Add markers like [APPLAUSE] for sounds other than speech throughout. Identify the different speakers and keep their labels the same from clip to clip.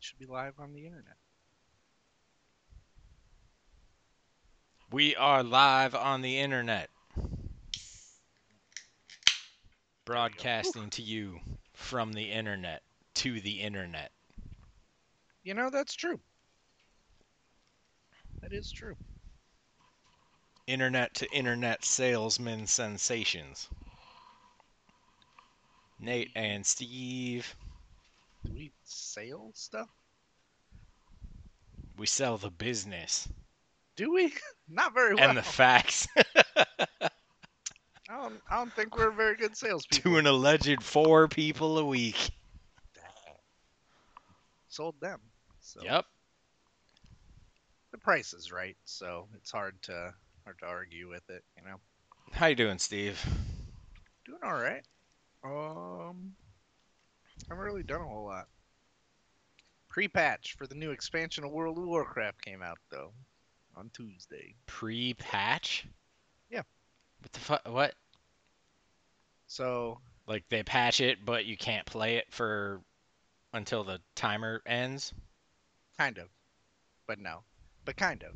Speaker 1: should be live on the internet.
Speaker 2: We are live on the internet, broadcasting to you from the internet to the internet.
Speaker 1: You know, that's true. That is true.
Speaker 2: Internet to internet salesman sensations. Nate and Steve,
Speaker 1: Do we sell stuff?
Speaker 2: we sell the business
Speaker 1: Do we? [LAUGHS] Not very well.
Speaker 2: and the facts [LAUGHS]
Speaker 1: I, don't, I don't think we're very good
Speaker 2: [LAUGHS]
Speaker 1: salespeople.
Speaker 2: to an alleged four people a week.
Speaker 1: Sold them. So
Speaker 2: Yep.
Speaker 1: the price is right, so it's hard to hard to argue with it. You know,
Speaker 2: How you doing, Steve?
Speaker 1: doing all right. Um, I haven't really done a whole lot. Pre-patch for the new expansion of World of Warcraft came out though on Tuesday.
Speaker 2: Pre-patch?
Speaker 1: Yeah.
Speaker 2: What the fuck? What?
Speaker 1: So
Speaker 2: Like they patch it, but you can't play it for until the timer ends.
Speaker 1: kind of but no but kind of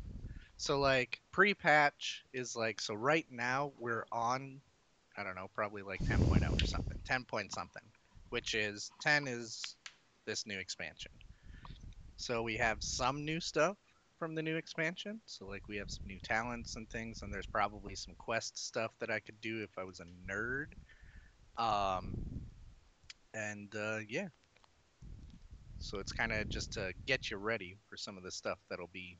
Speaker 1: so like pre-patch is like so right now we're on i don't know probably like 10.0 or something 10 point something which is 10 is this new expansion so we have some new stuff from the new expansion so like we have some new talents and things and there's probably some quest stuff that i could do if i was a nerd um and uh yeah so it's kind of just to get you ready for some of the stuff that'll be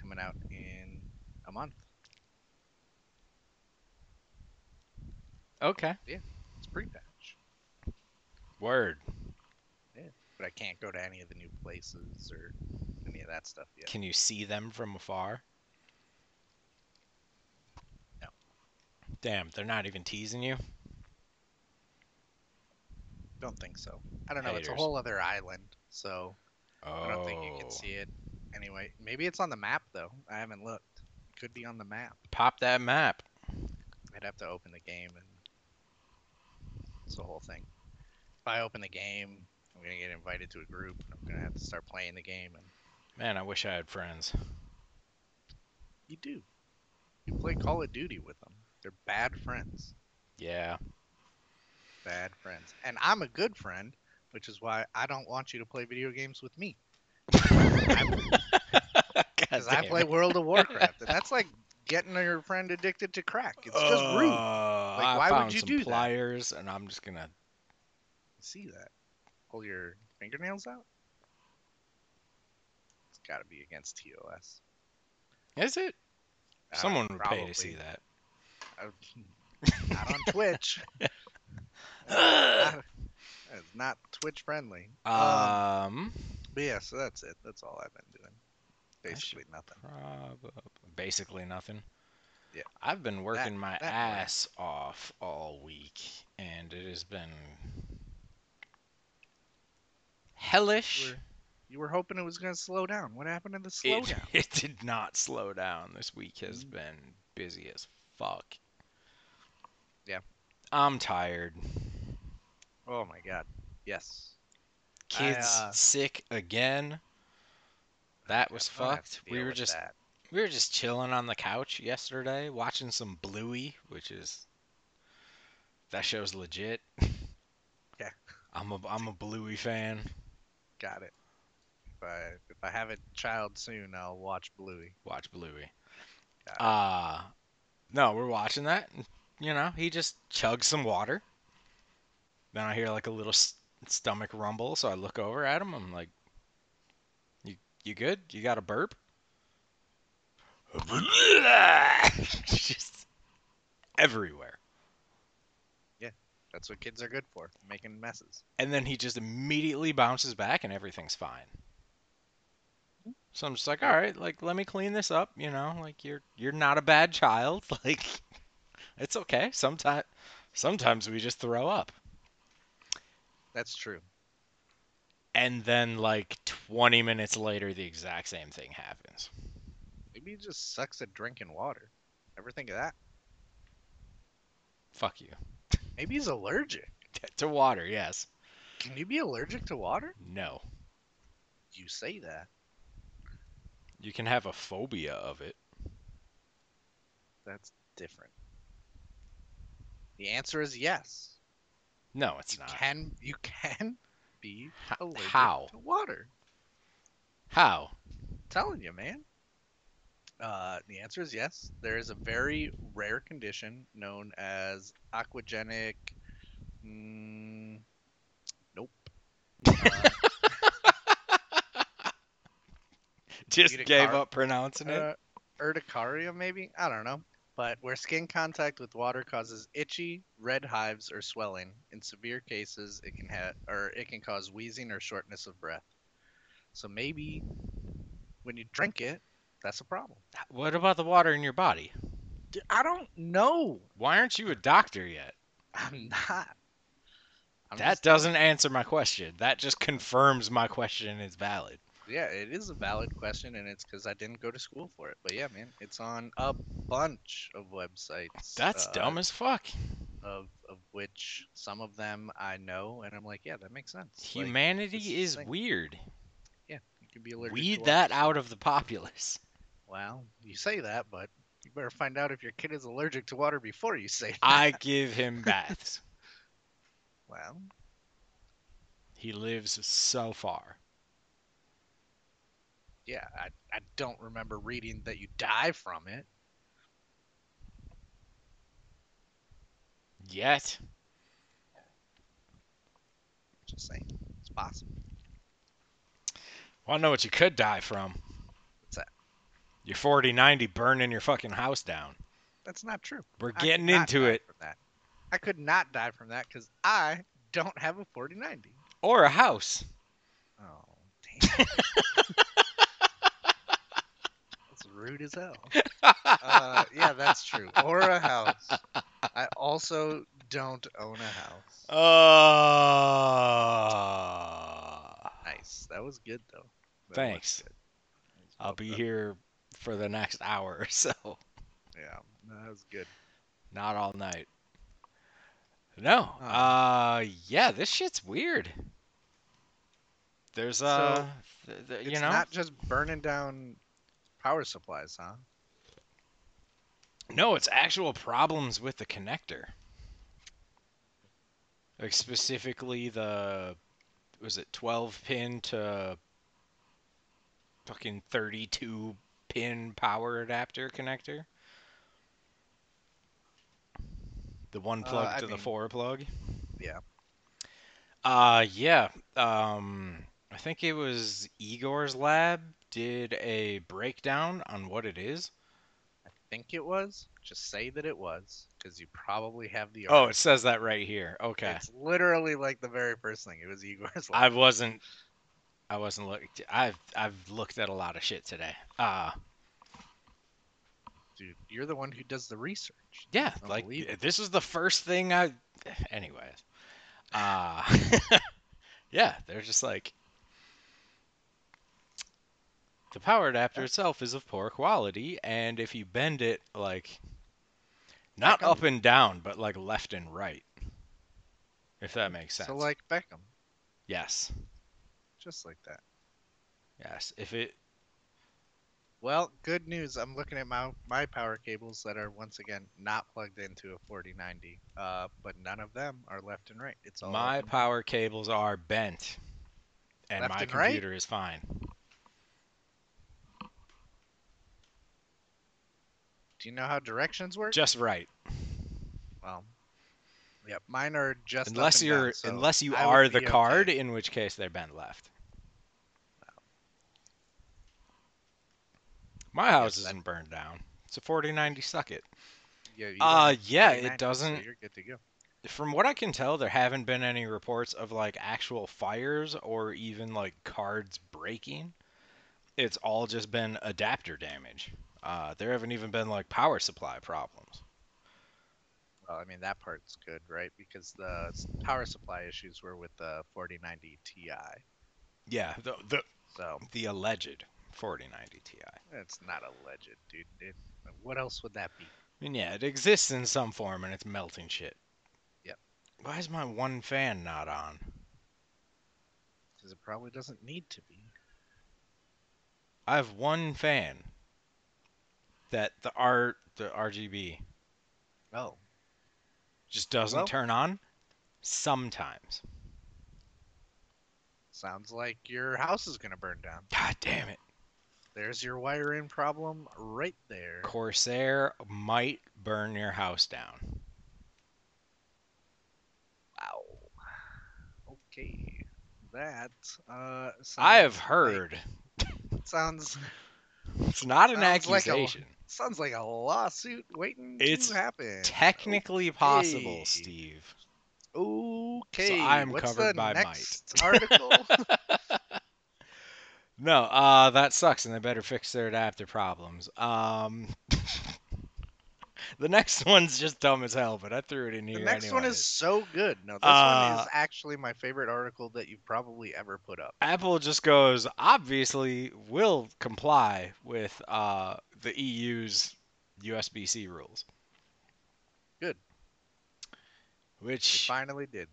Speaker 1: coming out in a month.
Speaker 2: Okay.
Speaker 1: It's pre-patch,
Speaker 2: Word.
Speaker 1: but I can't go to any of the new places or any of that stuff yet.
Speaker 2: Can you see them from afar?
Speaker 1: No.
Speaker 2: Damn, they're not even teasing you.
Speaker 1: Don't think so. I don't know. It's a
Speaker 2: Haters.
Speaker 1: whole other island, so
Speaker 2: Oh.
Speaker 1: I don't think you can see it. Anyway, maybe it's on the map though. I haven't looked. Could be on the map.
Speaker 2: Pop that map.
Speaker 1: I'd have to open the game and it's the whole thing. If I open the game, I'm gonna get invited to a group. I'm gonna have to start playing the game, and
Speaker 2: Man, I wish I had friends.
Speaker 1: You do. You play Call of Duty with them. They're bad friends.
Speaker 2: Yeah.
Speaker 1: [LAUGHS] Bad friends. And I'm a good friend, which is why I don't want you to play video games with me.
Speaker 2: God
Speaker 1: Because I
Speaker 2: damn
Speaker 1: play
Speaker 2: it.
Speaker 1: World
Speaker 2: [LAUGHS]
Speaker 1: of Warcraft. and that's like getting your friend addicted to crack. It's just
Speaker 2: Uh,
Speaker 1: rude.
Speaker 2: I
Speaker 1: why would
Speaker 2: found
Speaker 1: you
Speaker 2: some
Speaker 1: do that?
Speaker 2: pliers, and I'm just gonna.
Speaker 1: See that? Pull your fingernails out? It's got to be against TOS.
Speaker 2: Is it?
Speaker 1: I don't-
Speaker 2: Someone would pay to see
Speaker 1: Uh, probably.
Speaker 2: that.
Speaker 1: I- [LAUGHS] Not on
Speaker 2: [LAUGHS]
Speaker 1: Twitch. [SIGHS] Not- It's not Twitch friendly. Um,
Speaker 2: Um,
Speaker 1: But yeah, so that's it. That's all I've been doing.
Speaker 2: should
Speaker 1: Basically nothing.
Speaker 2: prob- basically nothing.
Speaker 1: Yeah.
Speaker 2: I've been working my
Speaker 1: that one.
Speaker 2: ass off all week, and it has been hellish.
Speaker 1: We're- You were hoping it was going to slow down. What happened to the
Speaker 2: It,
Speaker 1: slowdown?
Speaker 2: [LAUGHS] it did not slow down. This week has
Speaker 1: Mm.
Speaker 2: been busy as fuck.
Speaker 1: Yeah.
Speaker 2: I'm tired.
Speaker 1: oh my god. Yes. I,
Speaker 2: Kids
Speaker 1: uh,
Speaker 2: sick again. That was
Speaker 1: I don't have
Speaker 2: fucked.
Speaker 1: to
Speaker 2: We
Speaker 1: deal
Speaker 2: were
Speaker 1: with
Speaker 2: just
Speaker 1: that.
Speaker 2: we were just chilling on the couch yesterday watching some Bluey, which is that show's legit.
Speaker 1: Yeah.
Speaker 2: I'm a I'm a Bluey fan.
Speaker 1: got it. If I if I have a child soon, I'll watch Bluey.
Speaker 2: Watch Bluey.
Speaker 1: Got it.
Speaker 2: Uh no, we're watching that. and, You know, he just chugs some water. Then I hear like a little s- stomach rumble, so I look over at him. I'm like, "You you good? You got a burp?" [LAUGHS] just everywhere.
Speaker 1: That's what kids are good for, making messes.
Speaker 2: and then he just immediately bounces back and everything's fine. So I'm just like, all right, like let me clean this up, you know, like you're you're not a bad child, [LAUGHS] like it's okay. Sometimes sometimes we just throw up.
Speaker 1: That's true.
Speaker 2: And then like 20 minutes later the exact same thing happens.
Speaker 1: Maybe he just sucks at drinking water. Ever think of that?
Speaker 2: Fuck you.
Speaker 1: Maybe he's allergic.
Speaker 2: To water, yes.
Speaker 1: Can you be allergic to water?
Speaker 2: No.
Speaker 1: you say that?
Speaker 2: You can have a phobia of it.
Speaker 1: That's different. The answer is yes.
Speaker 2: No, it's
Speaker 1: you
Speaker 2: not.
Speaker 1: can you can [LAUGHS] be
Speaker 2: H-
Speaker 1: allergic
Speaker 2: how?
Speaker 1: to water.
Speaker 2: How?
Speaker 1: telling you, man. Uh, the answer is yes. There is a very rare condition known as aquagenic. Mm,
Speaker 2: [LAUGHS]
Speaker 1: nope. Uh,
Speaker 2: Just
Speaker 1: Eat a
Speaker 2: gave
Speaker 1: car-
Speaker 2: up pronouncing it.
Speaker 1: uh, urticaria, maybe? I don't know. But where skin contact with water causes itchy, red hives, or swelling. In severe cases, it can have or it can cause wheezing or shortness of breath. So maybe when you drink it, that's a problem.
Speaker 2: What about the water in your body?
Speaker 1: Dude, I don't know. [LAUGHS]
Speaker 2: Why aren't you a doctor yet?
Speaker 1: I'm not. I'm
Speaker 2: that
Speaker 1: just-
Speaker 2: doesn't answer my question. That just confirms my question is valid.
Speaker 1: yeah, it is a valid question, and it's because I didn't go to school for it. But yeah, man, it's on a bunch of websites.
Speaker 2: That's
Speaker 1: uh,
Speaker 2: dumb as fuck.
Speaker 1: Of of which some of them I know, and I'm like, yeah, that makes sense. Like,
Speaker 2: Humanity
Speaker 1: this
Speaker 2: is
Speaker 1: thing-
Speaker 2: weird.
Speaker 1: you could be allergic.
Speaker 2: Weed
Speaker 1: to
Speaker 2: that
Speaker 1: water.
Speaker 2: out of
Speaker 1: [LAUGHS]
Speaker 2: the populace.
Speaker 1: Well, you say that, but you better find out if your kid is allergic to water before you say. That.
Speaker 2: I give him baths.
Speaker 1: Well,
Speaker 2: He lives so far.
Speaker 1: yeah, I I don't remember reading that you die from it.
Speaker 2: Yet.
Speaker 1: Just saying, it's possible.
Speaker 2: Well, I know what you could die from.
Speaker 1: What's that?
Speaker 2: Your 4090 burning your fucking house down.
Speaker 1: That's not true.
Speaker 2: We're
Speaker 1: I could
Speaker 2: getting
Speaker 1: not
Speaker 2: into
Speaker 1: die
Speaker 2: it.
Speaker 1: From that. I could not die from that because I don't have a 4090.
Speaker 2: Or a house.
Speaker 1: Oh,
Speaker 2: [LAUGHS]
Speaker 1: damn. that's rude as
Speaker 2: [LAUGHS]
Speaker 1: hell. Uh, yeah, that's true. Or a house. I also don't own a house.
Speaker 2: Uh,
Speaker 1: Nice. That was good, though. That was
Speaker 2: Thanks.
Speaker 1: good. Thanks,
Speaker 2: I'll
Speaker 1: well
Speaker 2: be
Speaker 1: done.
Speaker 2: here for the next hour or so.
Speaker 1: Yeah, no, that was good.
Speaker 2: Not all night. No.
Speaker 1: Oh.
Speaker 2: Uh yeah, this shit's weird. There's uh th- th-
Speaker 1: It's
Speaker 2: you know
Speaker 1: not just burning down power supplies, huh?
Speaker 2: No, it's actual problems with the connector. Like specifically the was it 12 pin to fucking 32 pin power adapter connector? The one
Speaker 1: Uh,
Speaker 2: plug
Speaker 1: I
Speaker 2: to the
Speaker 1: mean-
Speaker 2: four plug?
Speaker 1: Yeah.
Speaker 2: Uh yeah, um I think it was Igor's lab did a breakdown on what it is.
Speaker 1: I think it was. Just say that it was because you probably have the.
Speaker 2: Oh, it says that right here. Okay.
Speaker 1: It's literally like the very first thing. It was Igor's.
Speaker 2: I
Speaker 1: life.
Speaker 2: wasn't. I wasn't looked. I've I've looked at a lot of shit today. Uh
Speaker 1: Dude, you're the one who does the research.
Speaker 2: yeah,
Speaker 1: Don't
Speaker 2: like
Speaker 1: believe it.
Speaker 2: this is the first thing I. Anyways, uh, [LAUGHS] yeah, they're just like the power adapter itself is of poor quality, and if you bend it like not
Speaker 1: Beckham?
Speaker 2: up and down, but like left and right, if that makes sense.
Speaker 1: So like Beckham,
Speaker 2: yes,
Speaker 1: just like that.
Speaker 2: yes. If it
Speaker 1: Well, good news. I'm looking at my my power cables that are once again not plugged into a 4090. Uh, but none of them are left and right. It's all
Speaker 2: My
Speaker 1: up and-
Speaker 2: power cables are bent, and
Speaker 1: Left
Speaker 2: my
Speaker 1: and right?
Speaker 2: computer is fine.
Speaker 1: Do you know how directions work?
Speaker 2: Just right,
Speaker 1: well, yep. Mine are just up
Speaker 2: unless
Speaker 1: and
Speaker 2: you're
Speaker 1: down, so
Speaker 2: unless you
Speaker 1: I would
Speaker 2: are the
Speaker 1: be okay.
Speaker 2: card, in which case they're bent left. My house
Speaker 1: that-
Speaker 2: isn't burned down. It's a 4090 socket.
Speaker 1: Yeah, you don't
Speaker 2: Uh,
Speaker 1: have
Speaker 2: yeah,
Speaker 1: 4090, so
Speaker 2: it doesn't.
Speaker 1: you're good to go.
Speaker 2: From what I can tell, there haven't been any reports of like actual fires or even like cards breaking. It's all just been adapter damage. Uh, there haven't even been like power supply problems.
Speaker 1: Well, I mean that part's good, right? Because the s- power supply issues were with the 4090 Ti.
Speaker 2: Yeah, the the,
Speaker 1: So
Speaker 2: the alleged 4090 Ti. I
Speaker 1: it's not alleged, dude. It, what else would that be?
Speaker 2: mean, yeah, it exists in some form and it's melting shit.
Speaker 1: Yep.
Speaker 2: Why is my one fan not on?
Speaker 1: Because it probably doesn't need to be.
Speaker 2: I have one fan that the R the RGB
Speaker 1: Oh,
Speaker 2: just doesn't
Speaker 1: Well-
Speaker 2: turn on sometimes.
Speaker 1: sounds like your house is gonna burn down.
Speaker 2: God damn it.
Speaker 1: There's your wire in problem right there.
Speaker 2: Corsair might burn your house down.
Speaker 1: Wow. Okay. That uh sounds
Speaker 2: I have
Speaker 1: like-
Speaker 2: heard.
Speaker 1: sounds
Speaker 2: It's not an
Speaker 1: Sounds like a-
Speaker 2: accusation.
Speaker 1: sounds like a lawsuit waiting
Speaker 2: It's
Speaker 1: to happen.
Speaker 2: Technically possible,
Speaker 1: Okay.
Speaker 2: Steve.
Speaker 1: Okay.
Speaker 2: I'm
Speaker 1: What's the
Speaker 2: covered by might.
Speaker 1: next
Speaker 2: [LAUGHS]
Speaker 1: article?
Speaker 2: No, uh, that sucks, and they better fix their adapter problems. Um, [LAUGHS] the next one's just dumb as hell, but I threw it in here.
Speaker 1: the next one is
Speaker 2: anyways.
Speaker 1: so good. No, this one
Speaker 2: Uh,
Speaker 1: is actually my favorite article that you've probably ever put up.
Speaker 2: Apple just goes, obviously, will comply with uh, the EU's USB C rules.
Speaker 1: Good. They
Speaker 2: Which
Speaker 1: finally did.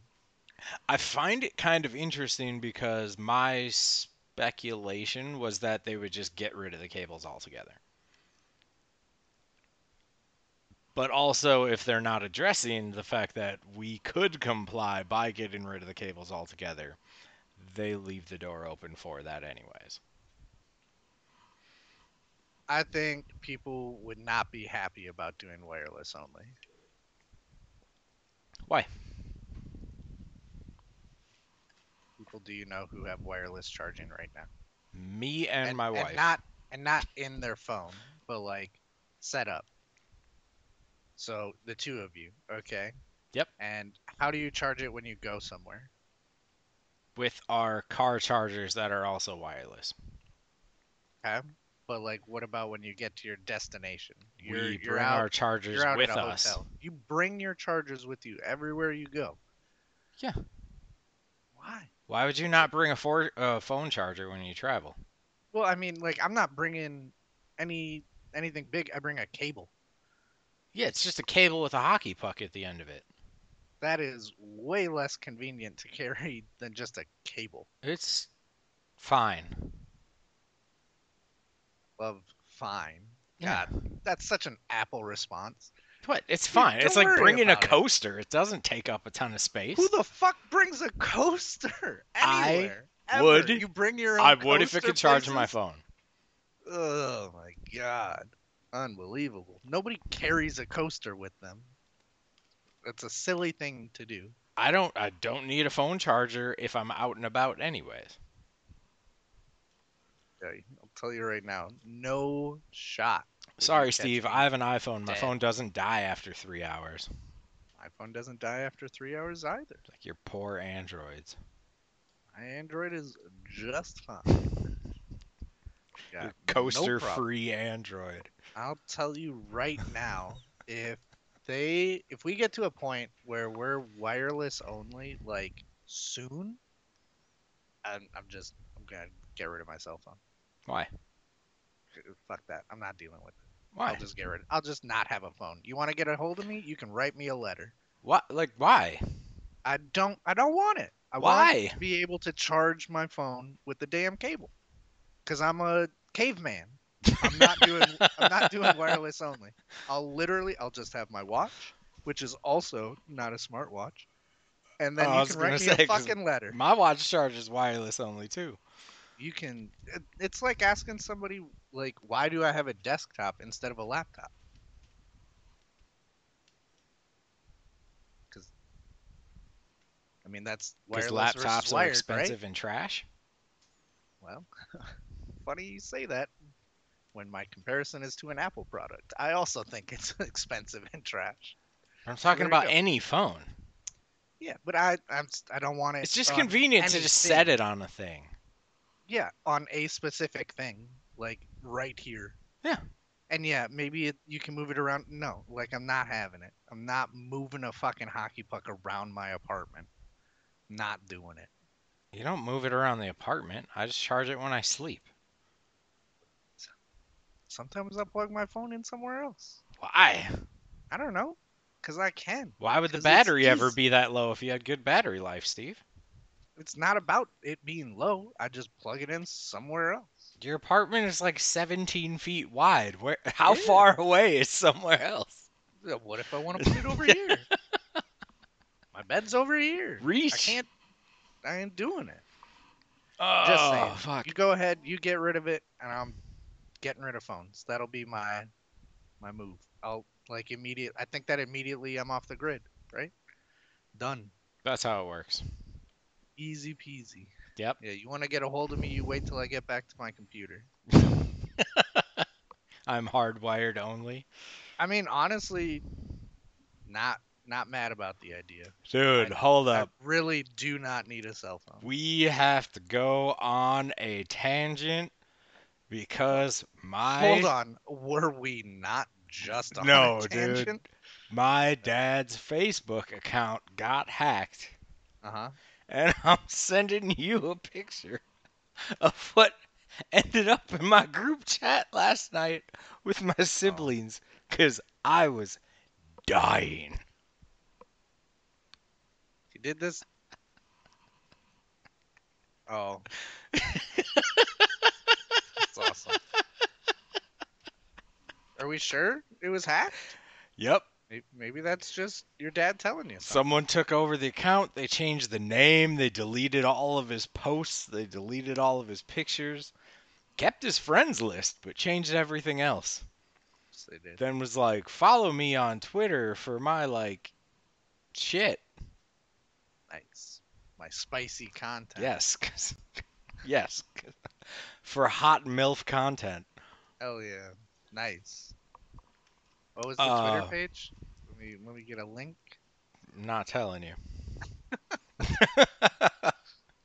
Speaker 2: I find it kind of interesting because my speculation was that they would just get rid of the cables altogether. But also, if they're not addressing the fact that we could comply by getting rid of the cables altogether, they leave the door open for that, anyways.
Speaker 1: I think people would not be happy about doing wireless only.
Speaker 2: Why?
Speaker 1: People do you know who have wireless charging right now?
Speaker 2: Me and, my wife.
Speaker 1: not and not in their phone, but like set up. So the two of you, okay?
Speaker 2: Yep.
Speaker 1: And how do you charge it when you go somewhere?
Speaker 2: With our car chargers that are also wireless.
Speaker 1: Okay. But like, what about when you get to your destination? You're
Speaker 2: we
Speaker 1: you're
Speaker 2: bring
Speaker 1: out
Speaker 2: our chargers
Speaker 1: you're out
Speaker 2: with
Speaker 1: at a
Speaker 2: us.
Speaker 1: hotel. You bring your chargers with you everywhere you go.
Speaker 2: Yeah.
Speaker 1: Why?
Speaker 2: Why would you not bring a for- uh, phone charger when you travel?
Speaker 1: Well, I mean, like, I'm not bringing any anything big. I bring a cable.
Speaker 2: Yeah, it's just a cable with a hockey puck at the end of it.
Speaker 1: That is way less convenient to [LAUGHS] carry than just a cable.
Speaker 2: It's fine.
Speaker 1: Love, fine.
Speaker 2: Yeah.
Speaker 1: That's such an Apple response.
Speaker 2: What? It's fine.
Speaker 1: don't
Speaker 2: It's like
Speaker 1: worry
Speaker 2: bringing a
Speaker 1: about it.
Speaker 2: coaster. It. doesn't take up a ton of space.
Speaker 1: Who the fuck brings a coaster [LAUGHS]
Speaker 2: I
Speaker 1: anywhere? ever?
Speaker 2: would-
Speaker 1: you bring your own?
Speaker 2: I would if it
Speaker 1: coaster
Speaker 2: could charge my
Speaker 1: places?
Speaker 2: phone.
Speaker 1: Oh my god. Unbelievable. Nobody carries a coaster with them. It's a silly thing to do.
Speaker 2: I don't. I don't need a phone charger if I'm out and about, anyways.
Speaker 1: Okay, I'll tell you right now. No shot. Would you
Speaker 2: Sorry,
Speaker 1: catch
Speaker 2: Steve.
Speaker 1: me?
Speaker 2: I have an iPhone. My
Speaker 1: dead?
Speaker 2: phone doesn't die after three hours.
Speaker 1: My phone doesn't die after three hours either.
Speaker 2: Like your poor androids.
Speaker 1: My Android is just fine.
Speaker 2: [LAUGHS]
Speaker 1: Got
Speaker 2: Your
Speaker 1: no problem.
Speaker 2: coaster-free android.
Speaker 1: I'll tell you right now, if they if we get to a point where we're wireless only, like soon, I'm, I'm just I'm gonna get rid of my cell phone.
Speaker 2: Why?
Speaker 1: Fuck that. I'm not dealing with it.
Speaker 2: Why?
Speaker 1: I'll just get rid. I'll just not have a phone. You want to get a hold of me? You can write me a letter.
Speaker 2: What? Like why?
Speaker 1: I don't. I don't want it. I
Speaker 2: Why?
Speaker 1: want to be able to charge my phone with the damn cable, because I'm a caveman. I'm not
Speaker 2: [LAUGHS]
Speaker 1: doing. I'm not doing wireless only. I'll literally. I'll just have my watch, which is also not a smartwatch, and then
Speaker 2: Oh, I
Speaker 1: you
Speaker 2: was
Speaker 1: can
Speaker 2: gonna
Speaker 1: write me
Speaker 2: say,
Speaker 1: a
Speaker 2: 'cause-
Speaker 1: fucking letter.
Speaker 2: My watch charges wireless only too.
Speaker 1: You can. It, it's like asking somebody like, why do I have a desktop instead of a laptop? Because. I mean that's
Speaker 2: Because
Speaker 1: wireless
Speaker 2: laptops
Speaker 1: versus
Speaker 2: are
Speaker 1: wired, right?
Speaker 2: expensive and trash.
Speaker 1: Well, [LAUGHS] funny you say that when my comparison is to an Apple product. I also think it's [LAUGHS] expensive and trash.
Speaker 2: I'm talking
Speaker 1: there you
Speaker 2: about
Speaker 1: go.
Speaker 2: any phone.
Speaker 1: Yeah, but I I'm s- I don't want it.
Speaker 2: It's just
Speaker 1: on-
Speaker 2: convenient to just
Speaker 1: anything.
Speaker 2: set it on a thing.
Speaker 1: Yeah, on a specific thing, like right here.
Speaker 2: Yeah.
Speaker 1: And yeah, maybe it, you can move it around. No, like I'm not having it. I'm not moving a fucking hockey puck around my apartment. Not doing it.
Speaker 2: You don't move it around the apartment. I just charge it when I sleep.
Speaker 1: Sometimes I plug my phone in somewhere else.
Speaker 2: Why?
Speaker 1: I don't know, cause I can.
Speaker 2: Why would the
Speaker 1: 'Cause it's
Speaker 2: battery ever
Speaker 1: easy.
Speaker 2: be that low if you had good battery life, Steve?
Speaker 1: it's not about it being low. I just plug it in somewhere else.
Speaker 2: Your apartment is like 17 feet wide. Where? How
Speaker 1: Yeah.
Speaker 2: far away is somewhere else?
Speaker 1: Uh, What if I want to put it over [LAUGHS] here? My bed's over here.
Speaker 2: Reach.
Speaker 1: I can't. I ain't doing it.
Speaker 2: Oh,
Speaker 1: Just saying.
Speaker 2: fuck.
Speaker 1: You go ahead. You get rid of it, and I'm getting rid of phones. That'll be my my move. I'll like immediate. I think that immediately I'm off the grid. Right. Done.
Speaker 2: That's how it works.
Speaker 1: Easy peasy.
Speaker 2: Yep.
Speaker 1: Yeah. You want to get a hold of me? You wait till I get back to my computer.
Speaker 2: I'm hardwired only.
Speaker 1: I mean, honestly, not not mad about the idea.
Speaker 2: Dude, hold
Speaker 1: I
Speaker 2: up.
Speaker 1: really do not need a cell phone.
Speaker 2: We have to go on a tangent because my
Speaker 1: Hold on, were we not just on
Speaker 2: No,
Speaker 1: a
Speaker 2: dude.
Speaker 1: tangent?
Speaker 2: my dad's Facebook account got hacked.
Speaker 1: Uh huh.
Speaker 2: and [LAUGHS] I'm sending you a picture of what ended up in my group chat last night with my siblings because I was dying.
Speaker 1: You did this. Oh. That's awesome. Are we sure it was hacked?
Speaker 2: Yep.
Speaker 1: May- Maybe that's just your dad telling you something.
Speaker 2: Someone took over the account. They changed the name. They deleted all of his posts. They deleted all of his pictures. Kept his friends list, but changed everything else.
Speaker 1: Yes, they did.
Speaker 2: Then was like, follow me on Twitter for my, like, shit.
Speaker 1: Nice. My spicy content.
Speaker 2: Yes. 'cause- [LAUGHS] yes. 'cause- For hot MILF content.
Speaker 1: Hell yeah. Nice. What was the
Speaker 2: Uh,
Speaker 1: Twitter page? Let me let me get a link.
Speaker 2: I'm not telling you.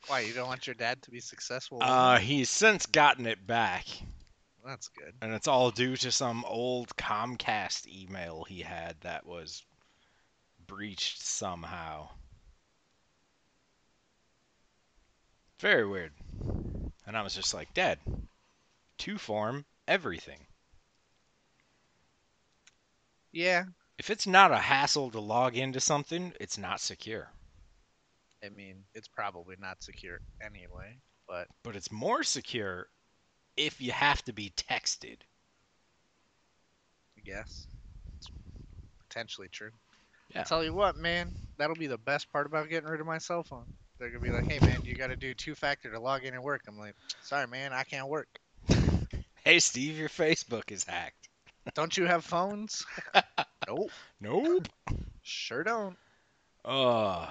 Speaker 1: Why you don't want your dad to be successful?
Speaker 2: Uh, he's since gotten it back,
Speaker 1: That's good.
Speaker 2: and it's all due to some old Comcast email he had that was breached somehow. Very weird. And I was just like, Dad, to form everything.
Speaker 1: Yeah.
Speaker 2: If it's not a hassle to log into something, it's not secure.
Speaker 1: I mean, it's probably not secure anyway. But
Speaker 2: but it's more secure if you have to be texted.
Speaker 1: I guess it's potentially true.
Speaker 2: Yeah.
Speaker 1: Tell you what, man, that'll be the best part about getting rid of my cell phone. They're gonna be like, "Hey, man, you got to do two-factor to log in and work." I'm like, "Sorry, man, I can't work.
Speaker 2: Hey, Steve, your Facebook is hacked.
Speaker 1: Don't you have phones?" nope,
Speaker 2: Nope.
Speaker 1: sure don't.
Speaker 2: Uh,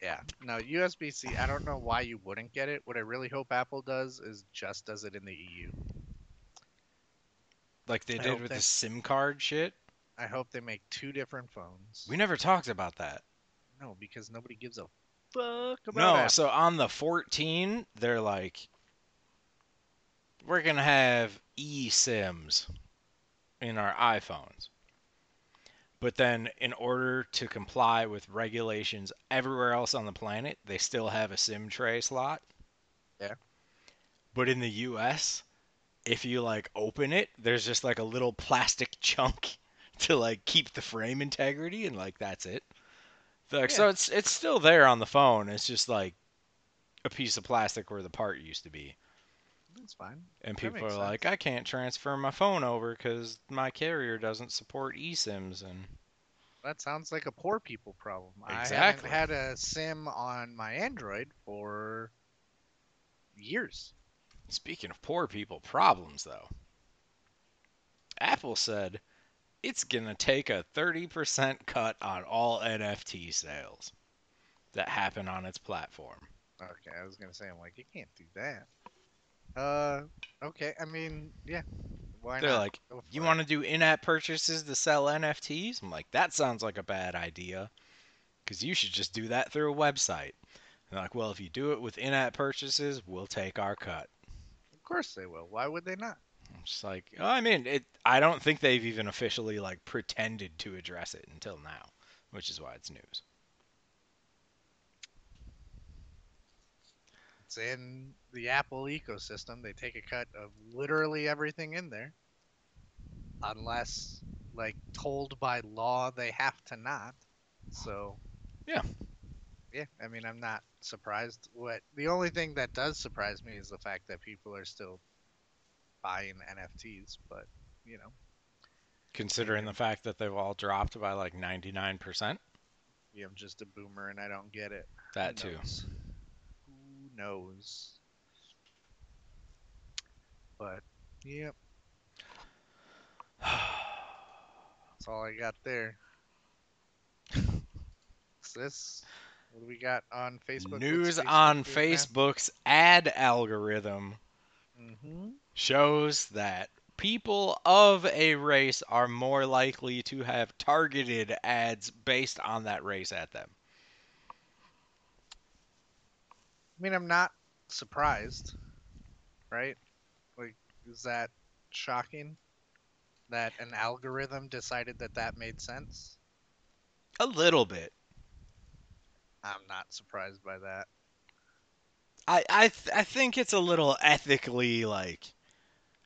Speaker 1: Yeah. No, USB C, I don't know why you wouldn't get it. What I really hope Apple does is just does it in the E EU.
Speaker 2: like they
Speaker 1: I
Speaker 2: did
Speaker 1: hope
Speaker 2: with
Speaker 1: they-
Speaker 2: the SIM card shit.
Speaker 1: I hope they make two different phones.
Speaker 2: We never talked about that.
Speaker 1: no, because nobody gives a fuck about
Speaker 2: No,
Speaker 1: Apple.
Speaker 2: so on the 14, they're like, we're going to have eSIMs in our iPhones. But then, in order to comply with regulations everywhere else on the planet, they still have a SIM tray slot.
Speaker 1: Yeah.
Speaker 2: But in the US, if you like open it, there's just like a little plastic [LAUGHS] chunk to like keep the frame integrity, and like that's it. Like, So
Speaker 1: Yeah.
Speaker 2: it's it's still there on the phone. It's just like a piece of plastic where the part used to be.
Speaker 1: That's fine.
Speaker 2: And
Speaker 1: That
Speaker 2: people are
Speaker 1: makes
Speaker 2: like, I can't transfer my phone over because my carrier doesn't support eSIMs. And
Speaker 1: That sounds like a poor people problem.
Speaker 2: Exactly.
Speaker 1: I haven't had a SIM on my Android for years.
Speaker 2: speaking of poor people problems, though, Apple said it's going to take a 30% cut on all NFT sales that happen on its platform.
Speaker 1: Okay, I was gonna say I'm like, you can't do that. Uh, okay. I mean, yeah. Why
Speaker 2: They're
Speaker 1: not?
Speaker 2: like,
Speaker 1: Go for
Speaker 2: You
Speaker 1: it.
Speaker 2: want to do in app purchases to sell NFTs? I'm like, that sounds like a bad idea. Because you should just do that through a website. And they're like, well, if you do it with in app purchases, we'll take our cut.
Speaker 1: Of course they will. Why would they not?
Speaker 2: I'm just like, oh, I mean, it, I don't think they've even officially like pretended to address it until now, which is why it's news.
Speaker 1: It's in the Apple ecosystem. They take a cut of literally everything in there, unless like told by law they have to not. So
Speaker 2: Yeah.
Speaker 1: Yeah, I mean, I'm not surprised. What the only thing that does surprise me is the fact that people are still buying NFTs, but you know,
Speaker 2: Considering the fact that they've all dropped by like 99%.
Speaker 1: yeah, I'm just a boomer and I don't get it.
Speaker 2: That
Speaker 1: Who
Speaker 2: too.
Speaker 1: knows? Who knows? But yep, that's all I got there. What's this? What do we got on [SIGHS] Facebook?
Speaker 2: News on Facebook's ad algorithm
Speaker 1: Mm-hmm.
Speaker 2: shows that people of a race are more likely to have targeted ads based on that race at them.
Speaker 1: I mean, I'm not surprised, right? Like, is that shocking that an algorithm decided that that made sense?
Speaker 2: A little bit.
Speaker 1: I'm not surprised by that.
Speaker 2: I I, th- I think it's a little ethically like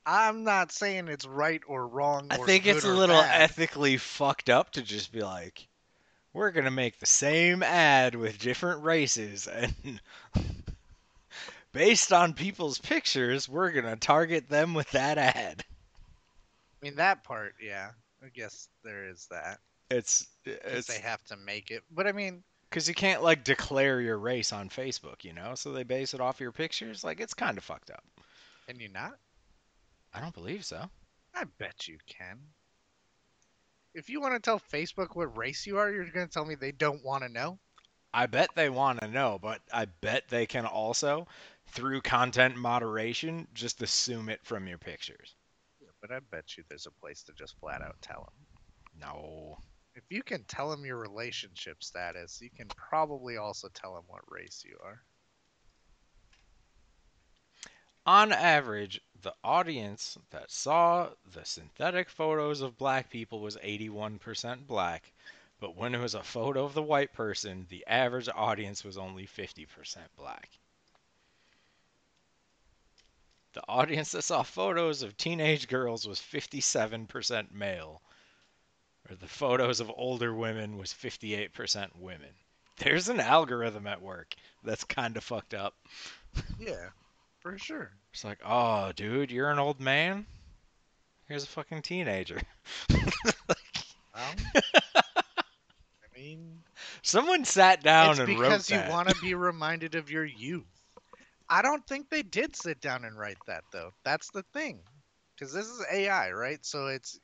Speaker 1: I'm not saying it's right or wrong.
Speaker 2: I
Speaker 1: or
Speaker 2: think it's a
Speaker 1: good or
Speaker 2: little
Speaker 1: bad.
Speaker 2: ethically fucked up to just be like, we're gonna make the same ad with different races, [LAUGHS] and based on people's pictures, we're gonna target them with that ad.
Speaker 1: I mean, that part, yeah. I guess there is that.
Speaker 2: It's
Speaker 1: 'cause
Speaker 2: it's
Speaker 1: they have to make it. But I mean,
Speaker 2: because you can't like declare your race on Facebook, you know. So they base it off your pictures. Like it's kind of fucked up.
Speaker 1: can you not?
Speaker 2: I don't believe so.
Speaker 1: I bet you can. If you want to tell Facebook what race you are, you're going to tell me they don't want to know?
Speaker 2: I bet they want to know, but I bet they can also, through content moderation, just assume it from your pictures.
Speaker 1: But I bet you there's a place to just flat out tell them.
Speaker 2: No.
Speaker 1: If you can tell them your relationship status, you can probably also tell them what race you are.
Speaker 2: On average, the audience that saw the synthetic photos of black people was 81% black, but when it was a photo of the white person, the average audience was only 50% black. The audience that saw photos of teenage girls was 57% male, or the photos of older women was 58% women. There's an algorithm at work that's kind of fucked up.
Speaker 1: Yeah, for sure.
Speaker 2: It's like, oh, dude, you're an old man. Here's a fucking teenager. [LAUGHS]
Speaker 1: Well, [LAUGHS] I Um, mean,
Speaker 2: Someone sat down
Speaker 1: it's
Speaker 2: and
Speaker 1: because
Speaker 2: wrote
Speaker 1: you
Speaker 2: that.
Speaker 1: want to be reminded of your youth. I don't think they did sit down and write that though. That's the thing, because this is AI, right? So it's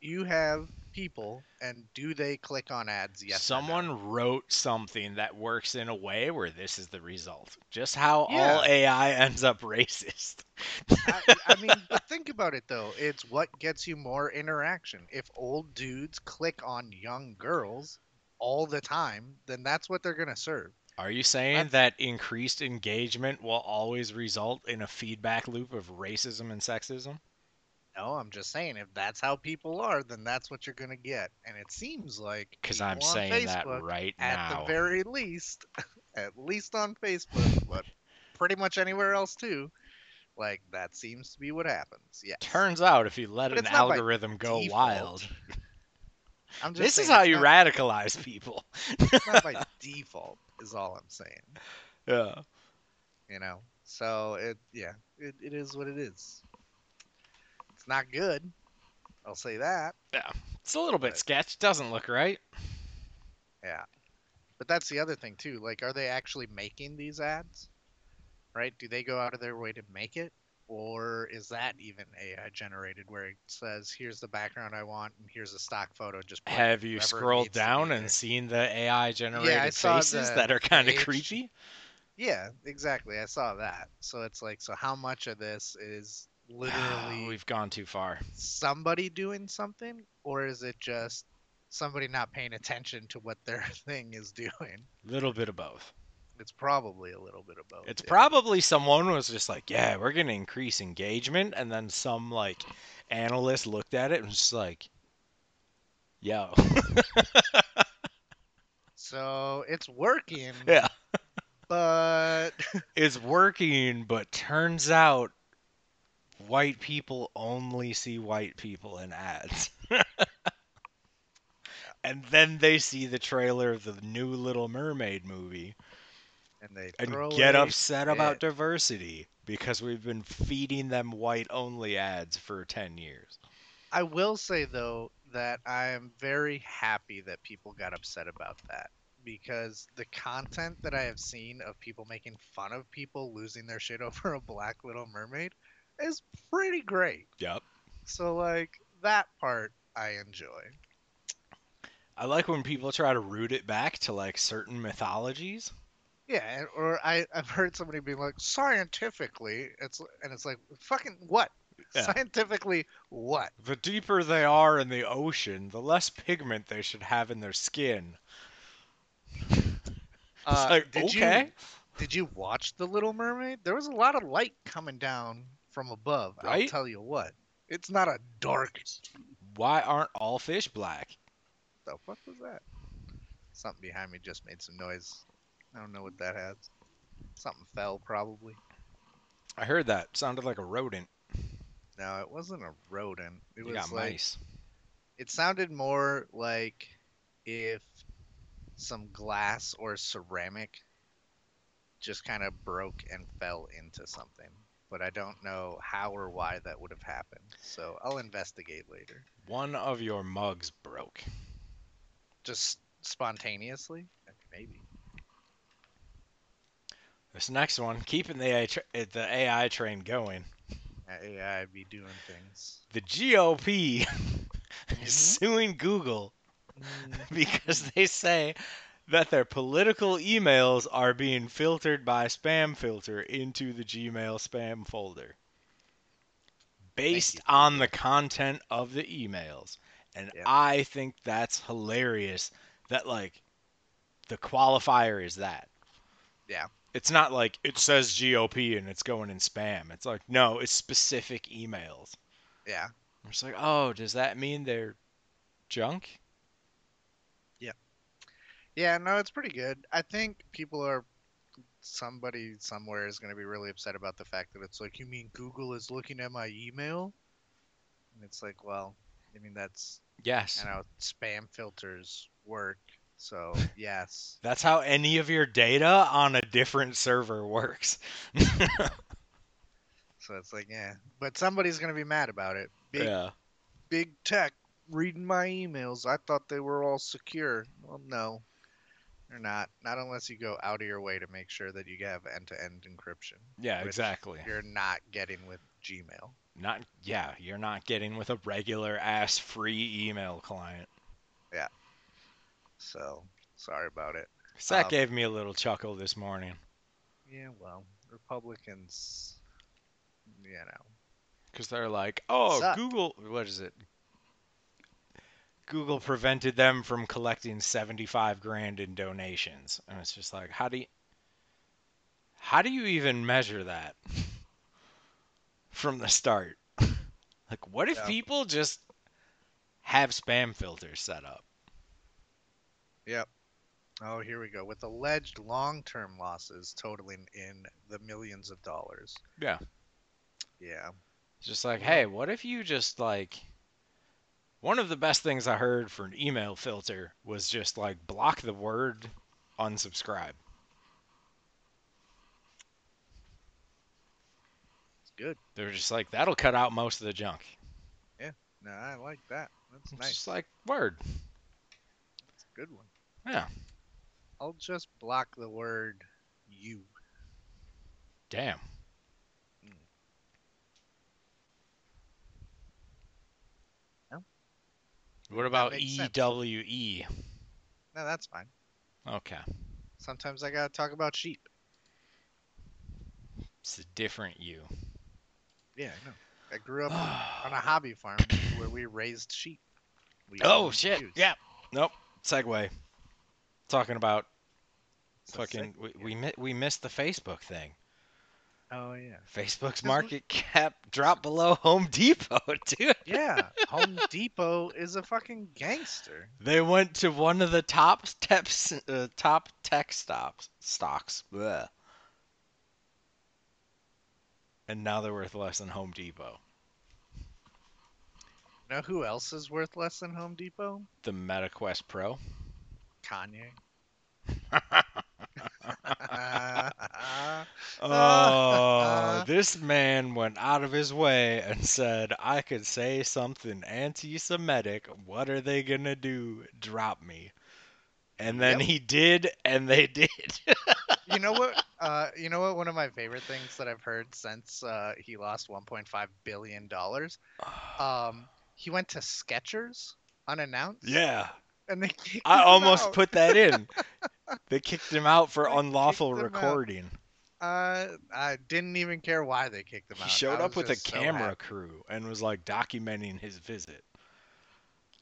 Speaker 1: you have people, and do they click on ads? Yes. or no?
Speaker 2: Someone wrote something that works in a way where this is the result. Just how all
Speaker 1: Yeah.
Speaker 2: AI ends up [LAUGHS] racist.
Speaker 1: I, I mean, but think about it though. It's what gets you more interaction. If old dudes click on young girls all the time, then that's what they're gonna serve.
Speaker 2: Are you saying
Speaker 1: That's-
Speaker 2: that increased engagement will always result in a feedback loop of racism and sexism?
Speaker 1: No, I'm just saying if that's how people are, then that's what you're gonna get. And it seems like
Speaker 2: Because
Speaker 1: people
Speaker 2: I'm
Speaker 1: on
Speaker 2: saying that
Speaker 1: Facebook,
Speaker 2: right
Speaker 1: at
Speaker 2: now.
Speaker 1: the very least, [LAUGHS] at least on Facebook, but pretty much anywhere else too. Like that seems to be what happens. Yeah.
Speaker 2: Turns out if you let
Speaker 1: But
Speaker 2: an
Speaker 1: it's not by
Speaker 2: algorithm go
Speaker 1: default.
Speaker 2: wild,
Speaker 1: I'm just
Speaker 2: this is
Speaker 1: saying
Speaker 2: how
Speaker 1: it's
Speaker 2: you
Speaker 1: not,
Speaker 2: radicalize people. [LAUGHS]
Speaker 1: it's not by default is all I'm saying.
Speaker 2: Yeah.
Speaker 1: you know so it yeah it, it is what it is it's not good i'll say that
Speaker 2: It's a little bit
Speaker 1: But-
Speaker 2: sketch. Doesn't look right.
Speaker 1: yeah but that's the other thing too like are they actually making these ads right do they go out of their way to make it or is that even ai generated where it says here's the background i want and here's a stock photo just put
Speaker 2: Have you
Speaker 1: whoever
Speaker 2: scrolled
Speaker 1: needs to be
Speaker 2: down
Speaker 1: there."
Speaker 2: and seen the AI generated
Speaker 1: saw
Speaker 2: faces
Speaker 1: the-
Speaker 2: that are kind of
Speaker 1: age.
Speaker 2: creepy? [SIGHS]
Speaker 1: yeah exactly i saw that so it's like so how much of this
Speaker 2: [SIGHS]
Speaker 1: is literally
Speaker 2: We've gone too far.
Speaker 1: somebody doing something or is it just somebody not paying attention to what their [LAUGHS] thing is doing
Speaker 2: Little bit of both.
Speaker 1: it's probably a little bit of both
Speaker 2: It's
Speaker 1: yeah.
Speaker 2: probably someone was just like, "Yeah, we're gonna increase engagement," and then some like analyst looked at it and was just like, "Yo,
Speaker 1: so it's working
Speaker 2: [LAUGHS] yeah, [LAUGHS]
Speaker 1: but
Speaker 2: it's working." But turns out, white people only see white people in ads. [LAUGHS] and then they see the trailer of the new Little Mermaid movie
Speaker 1: and they
Speaker 2: and
Speaker 1: throw
Speaker 2: get
Speaker 1: a
Speaker 2: upset about
Speaker 1: fit.
Speaker 2: diversity because we've been feeding them white only ads for 10 years.
Speaker 1: I will say though that I am very happy that people got upset about that because the content that I have seen of people making fun of people losing their shit [LAUGHS] over a black little mermaid is pretty great.
Speaker 2: Yep.
Speaker 1: So like that part I enjoy.
Speaker 2: I like when people try to root it back to like certain mythologies.
Speaker 1: Yeah, and- or I, I've heard somebody being like, scientifically, it's and it's like, fucking what?
Speaker 2: Yeah.
Speaker 1: Scientifically, what?
Speaker 2: The deeper they are in the ocean, the less pigment they should have in their skin. It's like, okay.
Speaker 1: Uh, You, did you watch The Little Mermaid? There was a lot of light coming down from above. I'll
Speaker 2: Right?
Speaker 1: tell you what. It's not a dark.
Speaker 2: Why aren't all fish black?
Speaker 1: The fuck was that? Something behind me just made some noise. I don't know what that has. Something fell, probably.
Speaker 2: I heard that. Sounded like a rodent.
Speaker 1: No, it wasn't a rodent. It
Speaker 2: you
Speaker 1: was
Speaker 2: got
Speaker 1: like
Speaker 2: mice.
Speaker 1: it sounded more like if some glass or ceramic just kind of broke and fell into something but i don't know how or why that would have happened so i'll investigate later
Speaker 2: One of your mugs broke.
Speaker 1: just spontaneously maybe
Speaker 2: This next one, keeping the AI, tra- uh, the AI train going.
Speaker 1: ai be doing things
Speaker 2: The [LAUGHS] GOP
Speaker 1: Mhm.
Speaker 2: is suing Google Mm. [LAUGHS] because they say that their political emails are being filtered by spam filter into the Gmail spam folder based
Speaker 1: you,
Speaker 2: on the content of the emails. And
Speaker 1: Yeah.
Speaker 2: I think that's hilarious that, like, the qualifier is that.
Speaker 1: Yeah.
Speaker 2: It's not like it says GOP and it's going in spam. It's like, no, it's specific emails.
Speaker 1: [LAUGHS] yeah
Speaker 2: I'm just like, oh, does that mean they're junk?
Speaker 1: yeah no it's pretty good i think people are somebody somewhere is going to be really upset about the fact that it's like you mean google is looking at my email and it's like well i mean that's
Speaker 2: Yes.
Speaker 1: I know spam filters work, so yes.
Speaker 2: That's how any of your data on a different server works.
Speaker 1: So it's like, yeah. But somebody's gonna be mad about it. Big big tech reading my emails. I thought they were all secure. Well no. They're not. Not unless you go out of your way to make sure that you have end to end encryption.
Speaker 2: Yeah,
Speaker 1: Which
Speaker 2: exactly.
Speaker 1: You're not getting with Gmail.
Speaker 2: Not yeah, you're not getting with a regular ass free email client.
Speaker 1: So sorry about it.
Speaker 2: 'Cause that
Speaker 1: Um,
Speaker 2: gave me a little chuckle this morning.
Speaker 1: Yeah, well, Republicans you know.
Speaker 2: Because they're like, oh,
Speaker 1: Suck.
Speaker 2: Google, what is it? Google prevented them from collecting 75 grand in donations. And it's just like, how do you, how do you even measure that [LAUGHS] from the start? [LAUGHS] like, what if
Speaker 1: Yeah.
Speaker 2: people just have spam filters set up?
Speaker 1: Oh, here we go. With alleged long term losses totaling in the millions of dollars.
Speaker 2: Yeah.
Speaker 1: Yeah.
Speaker 2: It's just like, hey, what if you just like one of the best things I heard for an email filter was just like block the word unsubscribe.
Speaker 1: It's good.
Speaker 2: They were just like, that'll cut out most of the junk.
Speaker 1: No, I like that. That's
Speaker 2: It's
Speaker 1: nice.
Speaker 2: just like, word.
Speaker 1: That's a good one.
Speaker 2: Yeah.
Speaker 1: I'll just block the word you.
Speaker 2: Damn.
Speaker 1: Well,
Speaker 2: What about
Speaker 1: makes
Speaker 2: E
Speaker 1: sense.
Speaker 2: W E?
Speaker 1: No, that's fine.
Speaker 2: Okay.
Speaker 1: Sometimes I gotta talk about sheep.
Speaker 2: It's a different U.
Speaker 1: [SIGHS] Yeah, I know. I [SIGHS] grew up on a hobby farm where we raised sheep. We
Speaker 2: oh
Speaker 1: owned
Speaker 2: shit.
Speaker 1: ewes.
Speaker 2: Yeah. Nope. Segue. Talking about
Speaker 1: It's a
Speaker 2: fucking
Speaker 1: sick-
Speaker 2: we, we mi- we missed the Facebook thing.
Speaker 1: Oh yeah.
Speaker 2: Facebook's
Speaker 1: we-
Speaker 2: market cap dropped below Home Depot, [LAUGHS] dude.
Speaker 1: Yeah. Home [LAUGHS] Depot is a fucking gangster.
Speaker 2: They went to one of the top steps, uh, top tech stops stocks, bleh. and now they're worth less than Home Depot.
Speaker 1: know who else is worth less than Home Depot?
Speaker 2: The MetaQuest Pro.
Speaker 1: Kanye. [LAUGHS]
Speaker 2: Oh, this man went out of his way and said, I could say something anti Semitic. What are they going to do? Drop me. And then
Speaker 1: Yep.
Speaker 2: he did, and they [LAUGHS] did.
Speaker 1: you know what? Uh, you know what? One of my favorite things that I've heard since uh, he lost 1.5 billion dollars. Um, he went to Skechers unannounced.
Speaker 2: yeah.
Speaker 1: and they kicked
Speaker 2: I
Speaker 1: him
Speaker 2: almost
Speaker 1: out.
Speaker 2: put
Speaker 1: [LAUGHS]
Speaker 2: that in. They kicked him out for
Speaker 1: They kicked
Speaker 2: unlawful
Speaker 1: him out.
Speaker 2: recording.
Speaker 1: Uh, I didn't even care why they kicked him out.
Speaker 2: He showed
Speaker 1: I
Speaker 2: up
Speaker 1: was
Speaker 2: with a
Speaker 1: just so
Speaker 2: camera
Speaker 1: happy.
Speaker 2: crew and was like documenting his visit.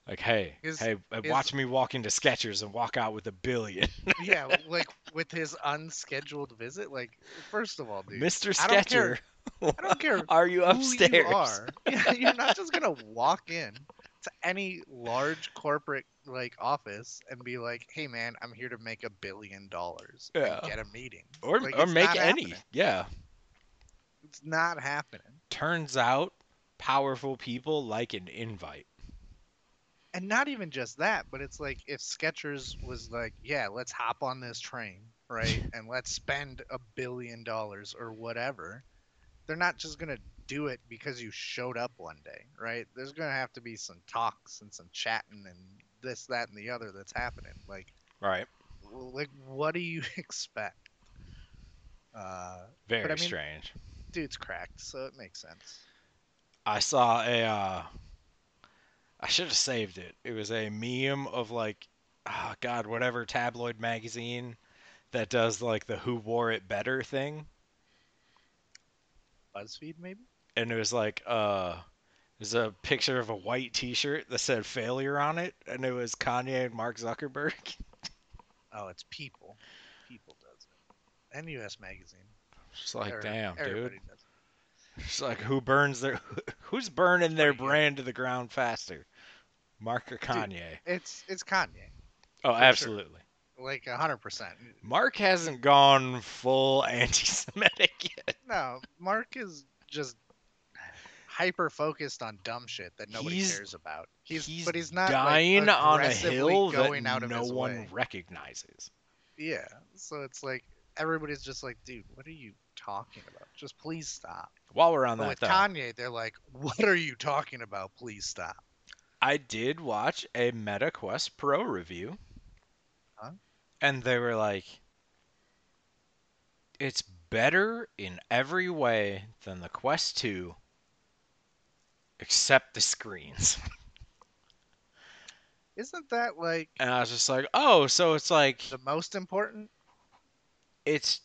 Speaker 2: Like, hey,
Speaker 1: His-
Speaker 2: hey, uh,
Speaker 1: his-
Speaker 2: watch me walk into Skechers and walk out with a billion. [LAUGHS]
Speaker 1: yeah, like with his unscheduled visit. Like, first of all, dude,
Speaker 2: Mr.
Speaker 1: I don't care
Speaker 2: Sketcher,
Speaker 1: I don't
Speaker 2: [LAUGHS]
Speaker 1: care
Speaker 2: are you upstairs?
Speaker 1: who you are. [LAUGHS] Yeah, you're not just gonna walk in to any large corporate like office and be like, "Hey, man, I'm here to make a billion dollars and
Speaker 2: Yeah.
Speaker 1: get a meeting
Speaker 2: Or,
Speaker 1: Like,
Speaker 2: or
Speaker 1: it's
Speaker 2: make
Speaker 1: not
Speaker 2: any.
Speaker 1: happening.
Speaker 2: Yeah.
Speaker 1: It's not happening,
Speaker 2: Turns out powerful people like an invite.
Speaker 1: and not even just that, but it's like if Skechers was like, "Yeah, let's hop on this train, right, and let's spend a billion dollars or whatever," they're not just gonna do it because you showed up one day, right? There's gonna have to be some talks and some chatting and this, that, and the other that's happening, like.
Speaker 2: Right.
Speaker 1: Well, like what do you [LAUGHS] expect uh
Speaker 2: Very
Speaker 1: I mean-
Speaker 2: strange.
Speaker 1: dude's cracked so it makes sense
Speaker 2: I saw a. Uh, I should have saved it. It was a meme of like, oh god, whatever tabloid magazine that does like the who wore it better thing,
Speaker 1: buzzfeed maybe
Speaker 2: and it was like, uh, there's a picture of a white T-shirt that said failure on it, and it was Kanye and Mark Zuckerberg. [LAUGHS]
Speaker 1: oh it's people people does it and us magazine
Speaker 2: Just like,
Speaker 1: Every-
Speaker 2: damn, dude.
Speaker 1: everybody does it.
Speaker 2: It's like who burns their who's burning their
Speaker 1: Kanye.
Speaker 2: brand to the ground faster, Mark or Kanye?
Speaker 1: it's it's kanye
Speaker 2: oh,
Speaker 1: sure.
Speaker 2: absolutely.
Speaker 1: like a hundred percent
Speaker 2: Mark hasn't gone full [LAUGHS] anti-Semitic yet.
Speaker 1: no mark is just hyper focused on dumb shit that nobody
Speaker 2: He's-
Speaker 1: cares about he's,
Speaker 2: He's
Speaker 1: but he's not like,
Speaker 2: dying on a
Speaker 1: aggressively
Speaker 2: hill
Speaker 1: going
Speaker 2: that
Speaker 1: out of
Speaker 2: no
Speaker 1: his
Speaker 2: one
Speaker 1: way.
Speaker 2: recognizes.
Speaker 1: Yeah. So it's like everybody's just like, dude, what are you talking about? Just please stop.
Speaker 2: While we're on
Speaker 1: But
Speaker 2: that,
Speaker 1: with
Speaker 2: though,
Speaker 1: Kanye, they're like, what are you talking about? Please stop.
Speaker 2: I did watch a Meta Quest Pro review,
Speaker 1: Huh?
Speaker 2: and they were like, "It's better in every way than the Quest 2, except the screens." [LAUGHS]
Speaker 1: Isn't that like
Speaker 2: And I was just like, "Oh, so it's like
Speaker 1: the most important?
Speaker 2: it's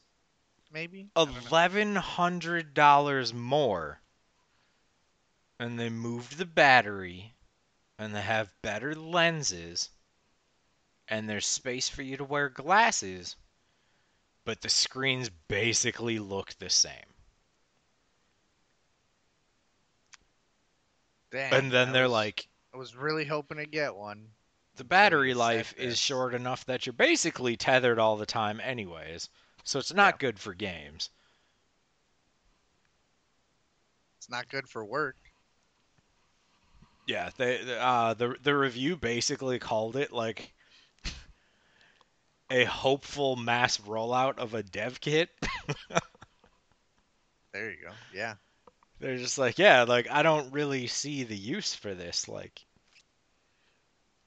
Speaker 1: Maybe. I don't know.
Speaker 2: eleven hundred dollars more, and they moved the battery, and they have better lenses, and there's space for you to wear glasses, but the screens basically look the same.
Speaker 1: Dang,
Speaker 2: And then
Speaker 1: I
Speaker 2: they're
Speaker 1: was-
Speaker 2: like,
Speaker 1: I was really hoping to get one.
Speaker 2: the
Speaker 1: you
Speaker 2: battery
Speaker 1: said
Speaker 2: life
Speaker 1: this.
Speaker 2: is short enough that you're basically tethered all the time, anyways, so it's not good for games.
Speaker 1: It's not good for work.
Speaker 2: Yeah, they the- uh, the the review basically called it like a hopeful mass rollout of a dev kit. [LAUGHS]
Speaker 1: There you go. Yeah.
Speaker 2: They're just like, yeah, like I don't really see the use for this. Like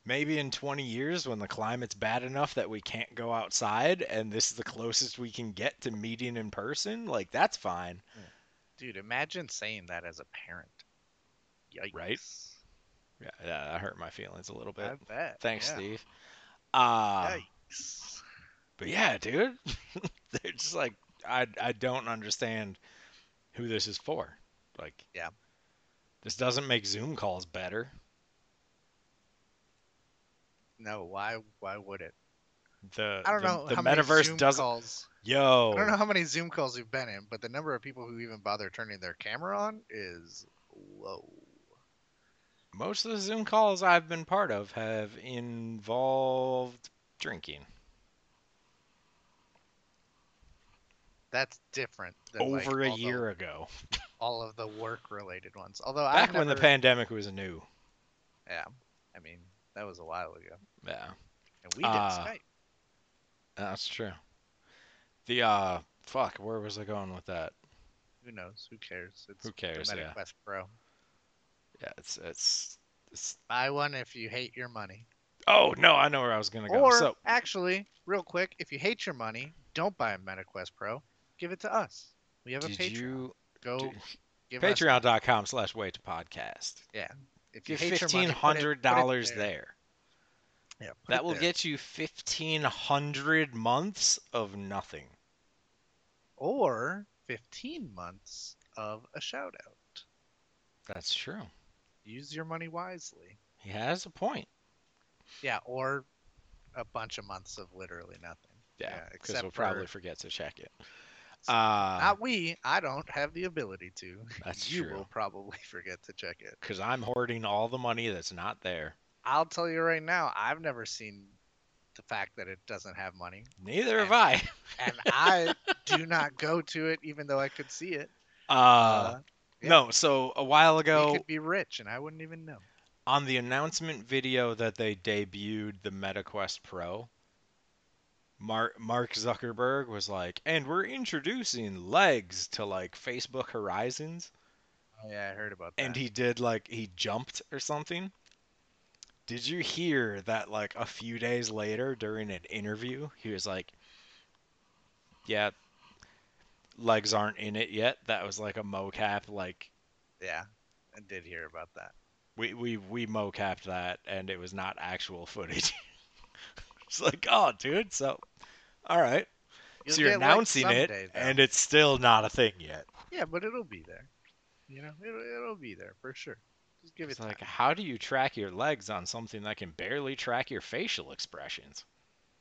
Speaker 2: maybe in 20 years when the climate's bad enough that we can't go outside and this is the closest we can get to meeting in person, like that's fine.
Speaker 1: Dude, imagine saying that as a parent. Yikes.
Speaker 2: Right? Yeah, yeah, that hurt my feelings a little bit.
Speaker 1: I bet.
Speaker 2: Thanks,
Speaker 1: yeah.
Speaker 2: Steve. Uh
Speaker 1: Yikes.
Speaker 2: But yeah, dude, [LAUGHS] they're just like I I don't understand who this is for. Like
Speaker 1: Yeah.
Speaker 2: This doesn't make Zoom calls better.
Speaker 1: No, why why would it?
Speaker 2: The
Speaker 1: I don't
Speaker 2: the,
Speaker 1: know.
Speaker 2: the
Speaker 1: how many Zoom
Speaker 2: metaverse doesn't
Speaker 1: calls
Speaker 2: Yo.
Speaker 1: I don't know how many Zoom calls you've been in, but the number of people who even bother turning their camera on is low.
Speaker 2: Most of the Zoom calls I've been part of have involved drinking.
Speaker 1: That's different than like,
Speaker 2: Over
Speaker 1: all
Speaker 2: a year ago.
Speaker 1: The, all of the work related ones. Although
Speaker 2: Back
Speaker 1: I've
Speaker 2: when the
Speaker 1: never-
Speaker 2: pandemic was new.
Speaker 1: Yeah. I mean, that was a while ago.
Speaker 2: Yeah.
Speaker 1: And we did
Speaker 2: Uh,
Speaker 1: Skype.
Speaker 2: That's true. The uh fuck, where was I going with that?
Speaker 1: Who knows? Who cares? It's
Speaker 2: Who cares?
Speaker 1: The
Speaker 2: Yeah.
Speaker 1: MetaQuest Pro.
Speaker 2: Yeah, it's it's it's
Speaker 1: Buy one if you hate your money.
Speaker 2: Oh no, I know where I was gonna go.
Speaker 1: Or
Speaker 2: so
Speaker 1: actually, real quick, if you hate your money, don't buy a MetaQuest Pro. Give it to us. We have a
Speaker 2: did
Speaker 1: Patreon.
Speaker 2: you
Speaker 1: Go
Speaker 2: did-
Speaker 1: give us
Speaker 2: patreon.com slash way to podcast.
Speaker 1: if you
Speaker 2: Give
Speaker 1: hate your
Speaker 2: fifteen
Speaker 1: money, put it-
Speaker 2: hundred
Speaker 1: put it
Speaker 2: dollars there.
Speaker 1: Yeah, put it
Speaker 2: That will
Speaker 1: there.
Speaker 2: get you fifteen hundred months of nothing.
Speaker 1: or 15 months of a shout out.
Speaker 2: That's true.
Speaker 1: Use your money wisely.
Speaker 2: He has a point.
Speaker 1: Yeah, or a bunch of months of literally nothing.
Speaker 2: Yeah,
Speaker 1: Yeah,
Speaker 2: because
Speaker 1: except
Speaker 2: we'll probably
Speaker 1: for-
Speaker 2: forget to check it. Uh,
Speaker 1: Not we. I don't have the ability to.
Speaker 2: That's
Speaker 1: you
Speaker 2: true.
Speaker 1: will probably [LAUGHS] forget to check it.
Speaker 2: because I'm hoarding all the money that's not there.
Speaker 1: I'll tell you right now, I've never seen the fact that it doesn't have money.
Speaker 2: Neither have I.
Speaker 1: [LAUGHS] And I do not go to it even though I could see it.
Speaker 2: Uh,
Speaker 1: yeah.
Speaker 2: No, so a while
Speaker 1: we
Speaker 2: ago
Speaker 1: could be rich and I wouldn't even know.
Speaker 2: on the announcement video that they debuted the MetaQuest Pro, Mark Mark Zuckerberg was like, "And we're introducing legs to like Facebook Horizons."
Speaker 1: Oh, yeah, I heard about that.
Speaker 2: and he did like he jumped or something. Did you hear that like a few days later during an interview, he was like, "Yeah, legs aren't in it yet." That was like a mocap like
Speaker 1: Yeah, I did hear about that.
Speaker 2: we we we mocapped that and it was not actual footage. [LAUGHS] it's like, "Oh, dude, so all right.
Speaker 1: You'll
Speaker 2: so you're
Speaker 1: get, like,
Speaker 2: announcing it
Speaker 1: someday, though.
Speaker 2: and it's still not a thing yet."
Speaker 1: Yeah, but it'll be there. You know, it'll, it'll be there for sure. Just give
Speaker 2: It's
Speaker 1: it
Speaker 2: like,
Speaker 1: time.
Speaker 2: how do you track your legs on something that can barely track your facial expressions?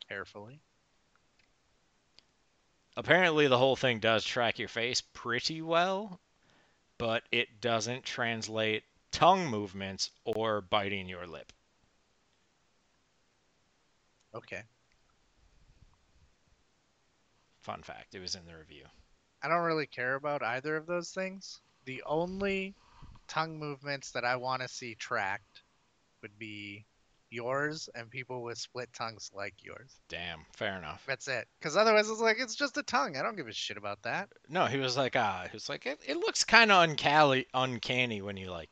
Speaker 1: carefully.
Speaker 2: apparently the whole thing does track your face pretty well, but it doesn't translate tongue movements or biting your lip.
Speaker 1: Okay.
Speaker 2: Fun fact, it was in the review.
Speaker 1: I don't really care about either of those things. The only tongue movements that I want to see tracked would be yours and people with split tongues like yours.
Speaker 2: Damn, fair enough.
Speaker 1: That's it. Because otherwise, it's like it's just a tongue. I don't give a shit about that.
Speaker 2: No, he was like, uh, he was like, it, it looks kind of uncanny, uncanny when you like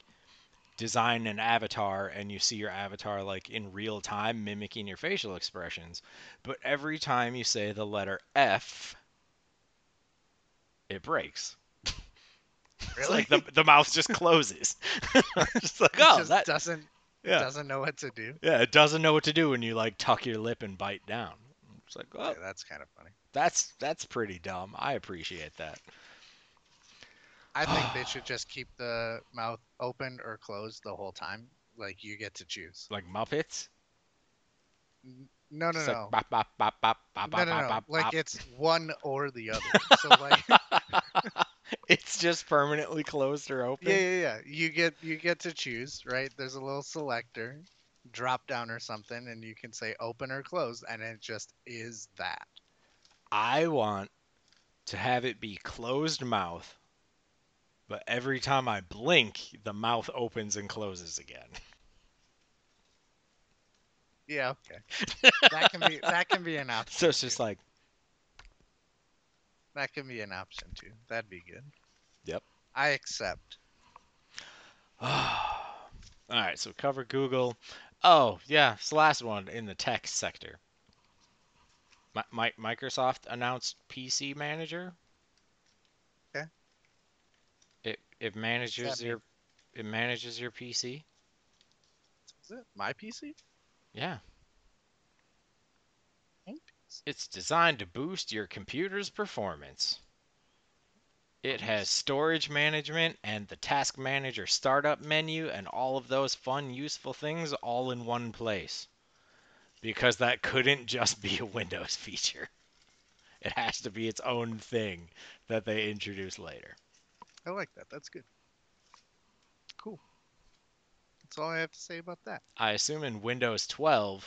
Speaker 2: design an avatar and you see your avatar like in real time mimicking your facial expressions, but every time you say the letter F, it breaks. It's
Speaker 1: Really? [LAUGHS]
Speaker 2: like the, the mouth just closes. [LAUGHS] just like,
Speaker 1: It
Speaker 2: oh,
Speaker 1: just
Speaker 2: that,
Speaker 1: doesn't
Speaker 2: yeah.
Speaker 1: doesn't know what to do.
Speaker 2: yeah, it doesn't know what to do when you like tuck your lip and bite down. It's like, oh,
Speaker 1: Yeah, that's kind of funny.
Speaker 2: that's that's pretty dumb. I appreciate that.
Speaker 1: I think they should just keep the mouth open or closed the whole time. Like you get to choose.
Speaker 2: Like Muppets.
Speaker 1: No, no,
Speaker 2: It's
Speaker 1: no.
Speaker 2: like, bop, bop, bop, bop, bop,
Speaker 1: no,
Speaker 2: bop,
Speaker 1: no,
Speaker 2: bop,
Speaker 1: no.
Speaker 2: bop,
Speaker 1: like
Speaker 2: bop.
Speaker 1: it's one or the other. So like,
Speaker 2: [LAUGHS] It's just permanently closed or open.
Speaker 1: yeah, yeah, yeah. You get you get to choose, right? There's a little selector, drop down or something, and you can say open or closed, and it just is that.
Speaker 2: I want to have it be closed mouth, but every time I blink, the mouth opens and closes again. [LAUGHS]
Speaker 1: Yeah, okay. that can be that can be an option.
Speaker 2: [LAUGHS] So it's just
Speaker 1: too.
Speaker 2: like,
Speaker 1: that can be an option too. That'd be good.
Speaker 2: Yep.
Speaker 1: I accept.
Speaker 2: [SIGHS] All right, so cover Google. Oh, yeah, it's the last one in the tech sector. Mi- Mi- Microsoft announced PC Manager.
Speaker 1: Okay.
Speaker 2: It it manages
Speaker 1: mean?
Speaker 2: your it manages your PC.
Speaker 1: Is it my PC?
Speaker 2: Yeah.
Speaker 1: Okay.
Speaker 2: It's designed to boost your computer's performance. It has storage management and the task manager startup menu and all of those fun, useful things all in one place. Because that couldn't just be a Windows [LAUGHS] feature. It has to be its own thing that they introduce later.
Speaker 1: I like that. That's good. Cool. That's all I have to say about that.
Speaker 2: I assume in Windows 12,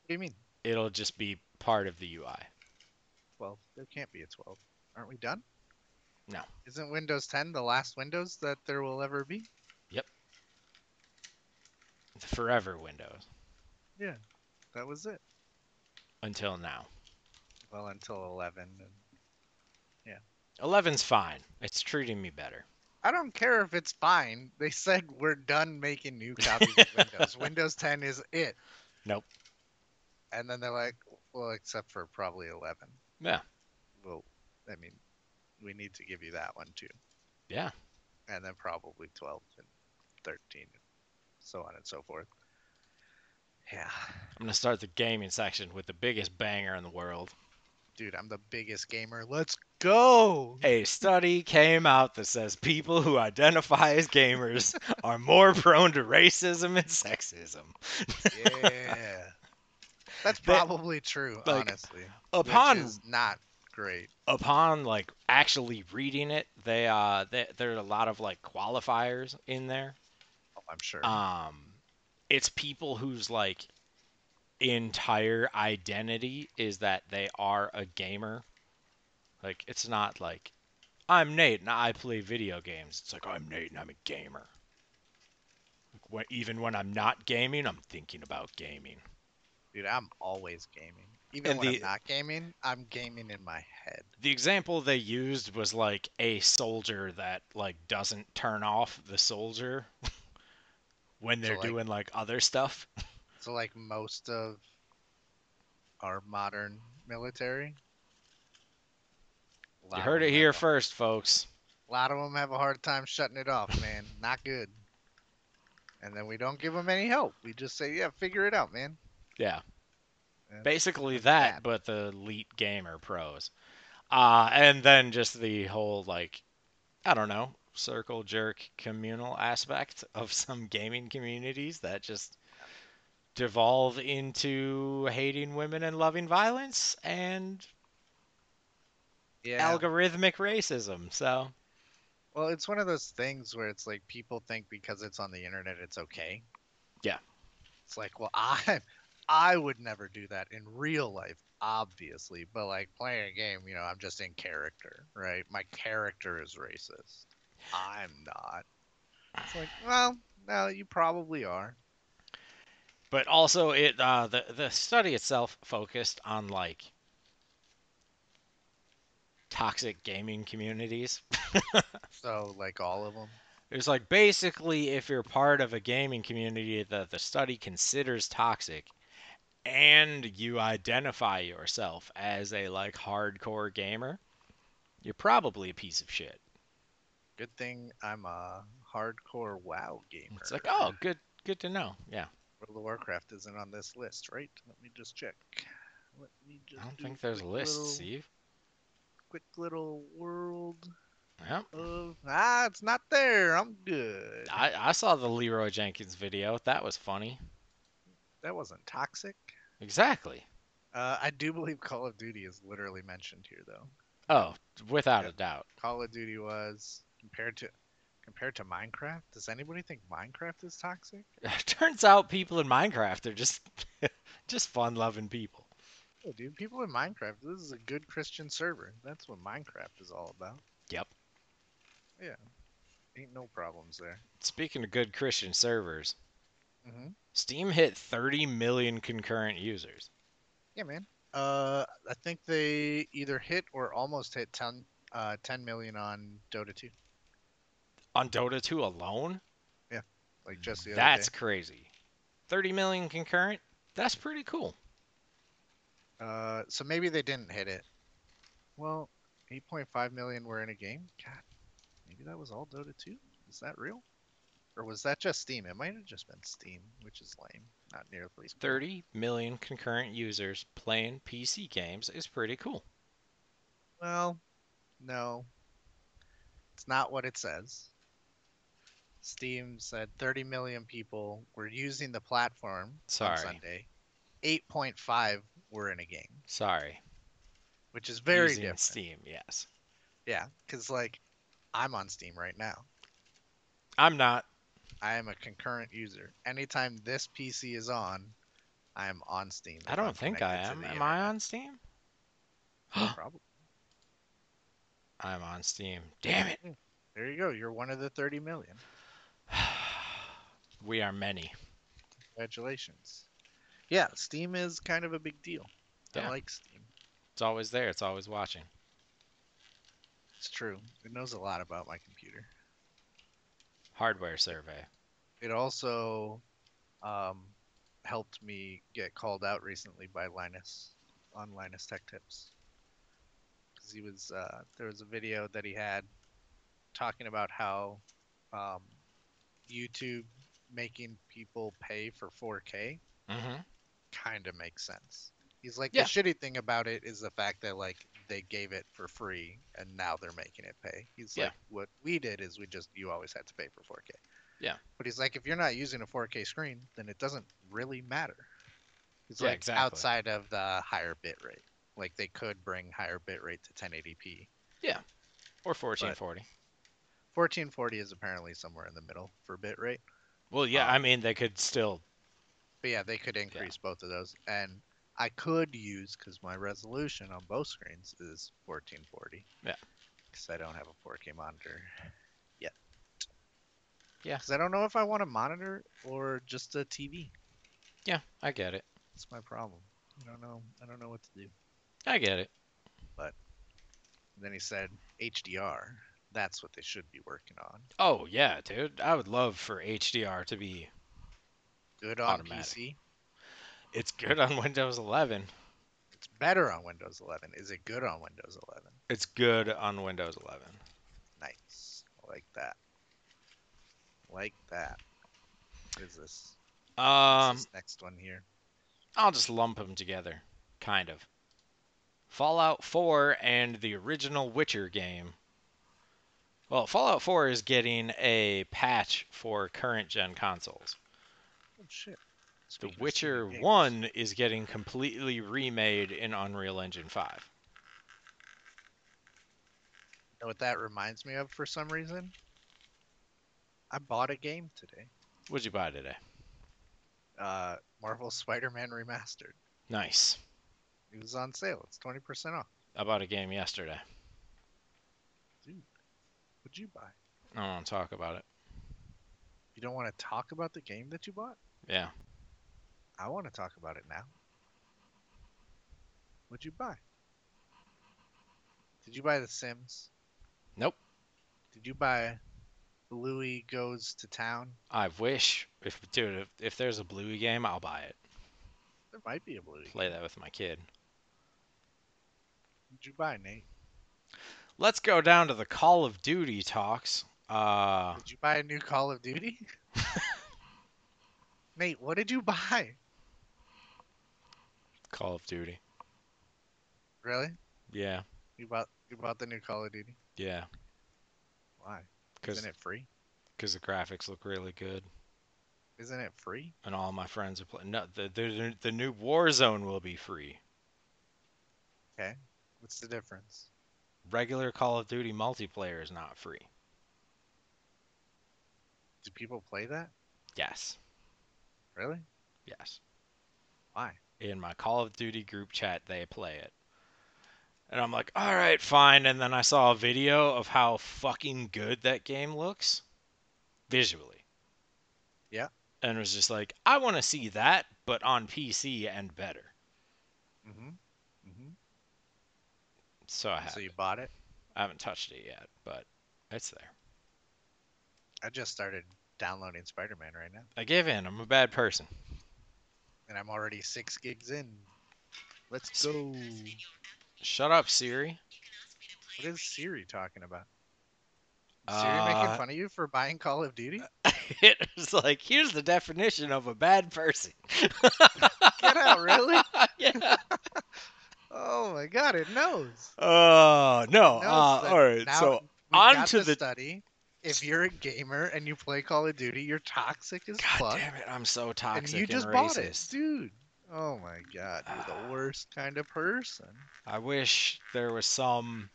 Speaker 1: What do you mean?
Speaker 2: it'll just be part of the UI.
Speaker 1: Well, there can't be a 12. Aren't we done?
Speaker 2: No.
Speaker 1: Isn't Windows 10 the last Windows that there will ever be?
Speaker 2: Yep. It's forever Windows
Speaker 1: That was it.
Speaker 2: until now.
Speaker 1: Well, until 11. And
Speaker 2: Eleven's fine. It's treating me better.
Speaker 1: I don't care if it's fine. They said we're done making new copies of
Speaker 2: [LAUGHS]
Speaker 1: Windows. Windows 10 is it.
Speaker 2: Nope.
Speaker 1: And then they're like, well, except for probably 11.
Speaker 2: Yeah.
Speaker 1: Well, I mean, we need to give you that one too.
Speaker 2: Yeah.
Speaker 1: And then probably 12 and 13, so on and so forth. Yeah.
Speaker 2: I'm gonna start the gaming section with the biggest banger in the world.
Speaker 1: Dude, I'm the biggest gamer. Let's go.
Speaker 2: A study came out that says people who identify as [LAUGHS] gamers are more prone to racism and sexism.
Speaker 1: Yeah. That's
Speaker 2: [LAUGHS] That-
Speaker 1: probably true,
Speaker 2: like,
Speaker 1: honestly. which
Speaker 2: Upon
Speaker 1: is not great.
Speaker 2: upon like actually reading it, they uh they, there are a lot of like qualifiers in there.
Speaker 1: Oh, I'm sure.
Speaker 2: Um it's people whose like entire identity is that they are a gamer. Like it's not like I'm Nate and I play video games. It's like I'm Nate and I'm a gamer. Like, when, even when I'm not gaming, I'm thinking about gaming.
Speaker 1: Dude, I'm always gaming. Even
Speaker 2: And
Speaker 1: when
Speaker 2: the-
Speaker 1: I'm not gaming, I'm gaming in my head.
Speaker 2: the example they used was like a soldier that like doesn't turn off the soldier [LAUGHS] when they're
Speaker 1: So, like-
Speaker 2: doing like other stuff.
Speaker 1: So, like most of our modern military. a lot
Speaker 2: You
Speaker 1: of
Speaker 2: heard it
Speaker 1: them
Speaker 2: here
Speaker 1: have a-
Speaker 2: first, folks.
Speaker 1: A lot of them have a hard time shutting it off, man. Not good. And then we don't give them any help. We just say, yeah, figure it out, man.
Speaker 2: Yeah.
Speaker 1: That's-
Speaker 2: Basically that,
Speaker 1: that's bad.
Speaker 2: but the elite gamer pros. Uh and then just the whole like I don't know, circle jerk communal aspect of [LAUGHS] some gaming communities that just devolve into hating women and loving violence and
Speaker 1: Yeah.
Speaker 2: algorithmic racism. So
Speaker 1: Well, it's one of those things where it's like people think because it's on the internet, it's okay.
Speaker 2: Yeah.
Speaker 1: It's like, well, [LAUGHS] I, I would never do that in real life, obviously. But like playing a game, you know, I'm just in character, right? My character is racist. I'm not. It's like, well, no, you probably are.
Speaker 2: but also it uh, the the study itself focused on like toxic gaming communities.
Speaker 1: So like all of them.
Speaker 2: It was like basically if you're part of a gaming community that the study considers toxic and you identify yourself as a like hardcore gamer, you're probably a piece of shit.
Speaker 1: Good thing I'm a hardcore WoW gamer.
Speaker 2: It's like, oh, good good to know. Yeah.
Speaker 1: World of Warcraft isn't on this list, right? Let me just check. Let me just
Speaker 2: I don't
Speaker 1: do
Speaker 2: think there's
Speaker 1: quick
Speaker 2: lists,
Speaker 1: little-
Speaker 2: Steve.
Speaker 1: quick little world
Speaker 2: Yep.
Speaker 1: of ah, it's not there. I'm good.
Speaker 2: I, I saw the Leroy Jenkins video. That was funny.
Speaker 1: That wasn't toxic.
Speaker 2: Exactly.
Speaker 1: Uh, I do believe Call of Duty is literally mentioned here, though.
Speaker 2: Oh, without
Speaker 1: Yeah.
Speaker 2: a doubt. [LAUGHS]
Speaker 1: Call of Duty was compared to compared to Minecraft. Does anybody think Minecraft is toxic?
Speaker 2: Turns out people in Minecraft are just [LAUGHS] just fun-loving people.
Speaker 1: Oh, dude, people in Minecraft. This is a good Christian server. That's what Minecraft is all about.
Speaker 2: Yep.
Speaker 1: Ain't no problems there.
Speaker 2: Speaking of good Christian servers,
Speaker 1: hmm
Speaker 2: Steam hit 30 million concurrent users.
Speaker 1: Yeah, man. Uh, I think they either hit or almost hit 10, uh, 10 million on Dota 2.
Speaker 2: On Dota 2 alone?
Speaker 1: Like just the other day.
Speaker 2: That's crazy. 30 million concurrent? That's pretty cool.
Speaker 1: Uh, so maybe they didn't hit it. Well, 8.5 million were in a game. God, maybe that was all Dota 2. Is that real? Or was that just Steam? It might have just been Steam, which is lame. Not nearly. as cool.
Speaker 2: 30 million concurrent users playing PC games is pretty cool.
Speaker 1: Well, no. It's not what it says. Steam said 30 million people were using the platform
Speaker 2: Sorry.
Speaker 1: on Sunday. 8.5 were in a game,
Speaker 2: Sorry.
Speaker 1: which is very
Speaker 2: Using
Speaker 1: different.
Speaker 2: Steam, yes.
Speaker 1: Yeah, because like I'm on Steam right now.
Speaker 2: I'm not.
Speaker 1: I am a concurrent user. Anytime this PC is on, I am on Steam.
Speaker 2: I
Speaker 1: if
Speaker 2: don't
Speaker 1: I'm
Speaker 2: think I
Speaker 1: connected to
Speaker 2: am.
Speaker 1: the
Speaker 2: Am I
Speaker 1: internet.
Speaker 2: on Steam?
Speaker 1: [GASPS] Probably.
Speaker 2: I'm on Steam. Damn it. [SIGHS]
Speaker 1: Hmm. There you go. You're one of the 30 million.
Speaker 2: We are many.
Speaker 1: Congratulations. Yeah, Steam is kind of a big deal.
Speaker 2: Yeah.
Speaker 1: I like Steam.
Speaker 2: It's always there. It's always watching.
Speaker 1: It's true. It knows a lot about my computer.
Speaker 2: Hardware survey.
Speaker 1: It also um, helped me get called out recently by Linus on Linus Tech Tips because he was uh, there was a video that he had talking about how um, YouTube making people pay for 4K
Speaker 2: Mm-hmm.
Speaker 1: kind of makes sense. He's like
Speaker 2: Yeah.
Speaker 1: the shitty thing about it is the fact that like they gave it for free and now they're making it pay. He's
Speaker 2: Yeah.
Speaker 1: like what we did is we just you always had to pay for 4K.
Speaker 2: Yeah.
Speaker 1: But he's like if you're not using a 4K screen, then it doesn't really matter. He's
Speaker 2: Yeah,
Speaker 1: like
Speaker 2: exactly.
Speaker 1: outside of the higher bit rate. Like they could bring higher bit rate to 1080p.
Speaker 2: Or 1440.
Speaker 1: 1440 is apparently somewhere in the middle for bit rate.
Speaker 2: well, yeah.
Speaker 1: um,
Speaker 2: I mean, they could still.
Speaker 1: But yeah, they could increase both of those. And I could use because my resolution on both screens is 1440.
Speaker 2: Yeah.
Speaker 1: Because I don't have a 4K monitor yet.
Speaker 2: Yeah.
Speaker 1: Because I don't know if I want a monitor or just a TV.
Speaker 2: Yeah, I get it.
Speaker 1: That's my problem. I don't know. I don't know what to do.
Speaker 2: I get it.
Speaker 1: And then he said HDR. That's what they should be working on.
Speaker 2: Oh yeah, dude. I would love for HDR to be.
Speaker 1: Good on
Speaker 2: Automatic.
Speaker 1: PC.
Speaker 2: It's good on [LAUGHS] Windows 11.
Speaker 1: It's better on Windows 11. Is it good on Windows 11?
Speaker 2: It's good on Windows 11.
Speaker 1: Nice. I like that. Like that. What is this? What's
Speaker 2: Um,
Speaker 1: this next one here?
Speaker 2: I'll just lump them together, kind of. Fallout 4 and the original Witcher game. Well, Fallout 4 is getting a patch for current gen consoles.
Speaker 1: Oh shit.
Speaker 2: The
Speaker 1: Speaking of
Speaker 2: Witcher
Speaker 1: Steam games,
Speaker 2: 1 is getting completely remade in Unreal Engine 5.
Speaker 1: You know what that reminds me of for some reason? I bought a game today.
Speaker 2: What'd you buy today?
Speaker 1: Uh, Marvel Spider-Man Remastered.
Speaker 2: Nice.
Speaker 1: It was on sale. It's twenty percent off.
Speaker 2: I bought a game yesterday.
Speaker 1: What'd you buy?
Speaker 2: I don't want to talk about it.
Speaker 1: You don't want to talk about the game that you bought?
Speaker 2: Yeah.
Speaker 1: I want to talk about it now. What'd you buy? Did you buy The Sims?
Speaker 2: Nope.
Speaker 1: Did you buy Bluey Goes to Town?
Speaker 2: I wish, if dude, if, if there's a Bluey game, I'll buy it.
Speaker 1: There might be a Bluey.
Speaker 2: Play that with my kid.
Speaker 1: What'd you buy, Nate?
Speaker 2: Let's go down to the Call of Duty talks. Uh,
Speaker 1: Did you buy a new Call of
Speaker 2: [LAUGHS]
Speaker 1: Duty? Nate, what did you buy?
Speaker 2: Call of Duty.
Speaker 1: Really?
Speaker 2: Yeah,
Speaker 1: You bought you bought the new Call of Duty?
Speaker 2: yeah.
Speaker 1: Why?
Speaker 2: Because
Speaker 1: Isn't it free?
Speaker 2: the graphics look really good,
Speaker 1: Isn't it free?
Speaker 2: and all my friends are playing. No, the, the the- the new Warzone will be free.
Speaker 1: What's the difference?
Speaker 2: Regular Call of Duty multiplayer is not free.
Speaker 1: Do people play that?
Speaker 2: Yes,
Speaker 1: Really?
Speaker 2: yes.
Speaker 1: Why?
Speaker 2: In my Call of Duty group chat, they play it, and I'm like, all right, fine. And then I saw a video of how fucking good that game looks, visually.
Speaker 1: Yeah.
Speaker 2: And was just like, I want to see that, but on PC and better.
Speaker 1: Mm-hmm. Mm-hmm.
Speaker 2: So I have.
Speaker 1: So you bought it?
Speaker 2: I haven't touched it yet, but it's there.
Speaker 1: I just started downloading Spider-Man right now,
Speaker 2: I give in. I'm a bad person.
Speaker 1: and I'm already six gigs in. Let's go. What
Speaker 2: Shut up, Siri. [LAUGHS]
Speaker 1: is Siri talking about? Is Siri making
Speaker 2: Uh,
Speaker 1: fun of you for buying Call of
Speaker 2: [LAUGHS]
Speaker 1: Duty?
Speaker 2: it was like, here's the definition of a
Speaker 1: [LAUGHS]
Speaker 2: bad person. [LAUGHS]
Speaker 1: Get out, really?
Speaker 2: yeah.
Speaker 1: Oh my god, it knows.
Speaker 2: Oh no.
Speaker 1: It knows
Speaker 2: uh,
Speaker 1: that
Speaker 2: all right.
Speaker 1: now
Speaker 2: So
Speaker 1: we've
Speaker 2: on
Speaker 1: got
Speaker 2: to
Speaker 1: the
Speaker 2: the-
Speaker 1: study. If you're a gamer and you play Call of Duty, you're toxic as
Speaker 2: God
Speaker 1: fuck.
Speaker 2: damn it, I'm so
Speaker 1: and
Speaker 2: toxic
Speaker 1: you just
Speaker 2: and
Speaker 1: bought it,
Speaker 2: racist.
Speaker 1: dude. Oh my god, you're the
Speaker 2: Ah.
Speaker 1: worst kind of person.
Speaker 2: I wish there was some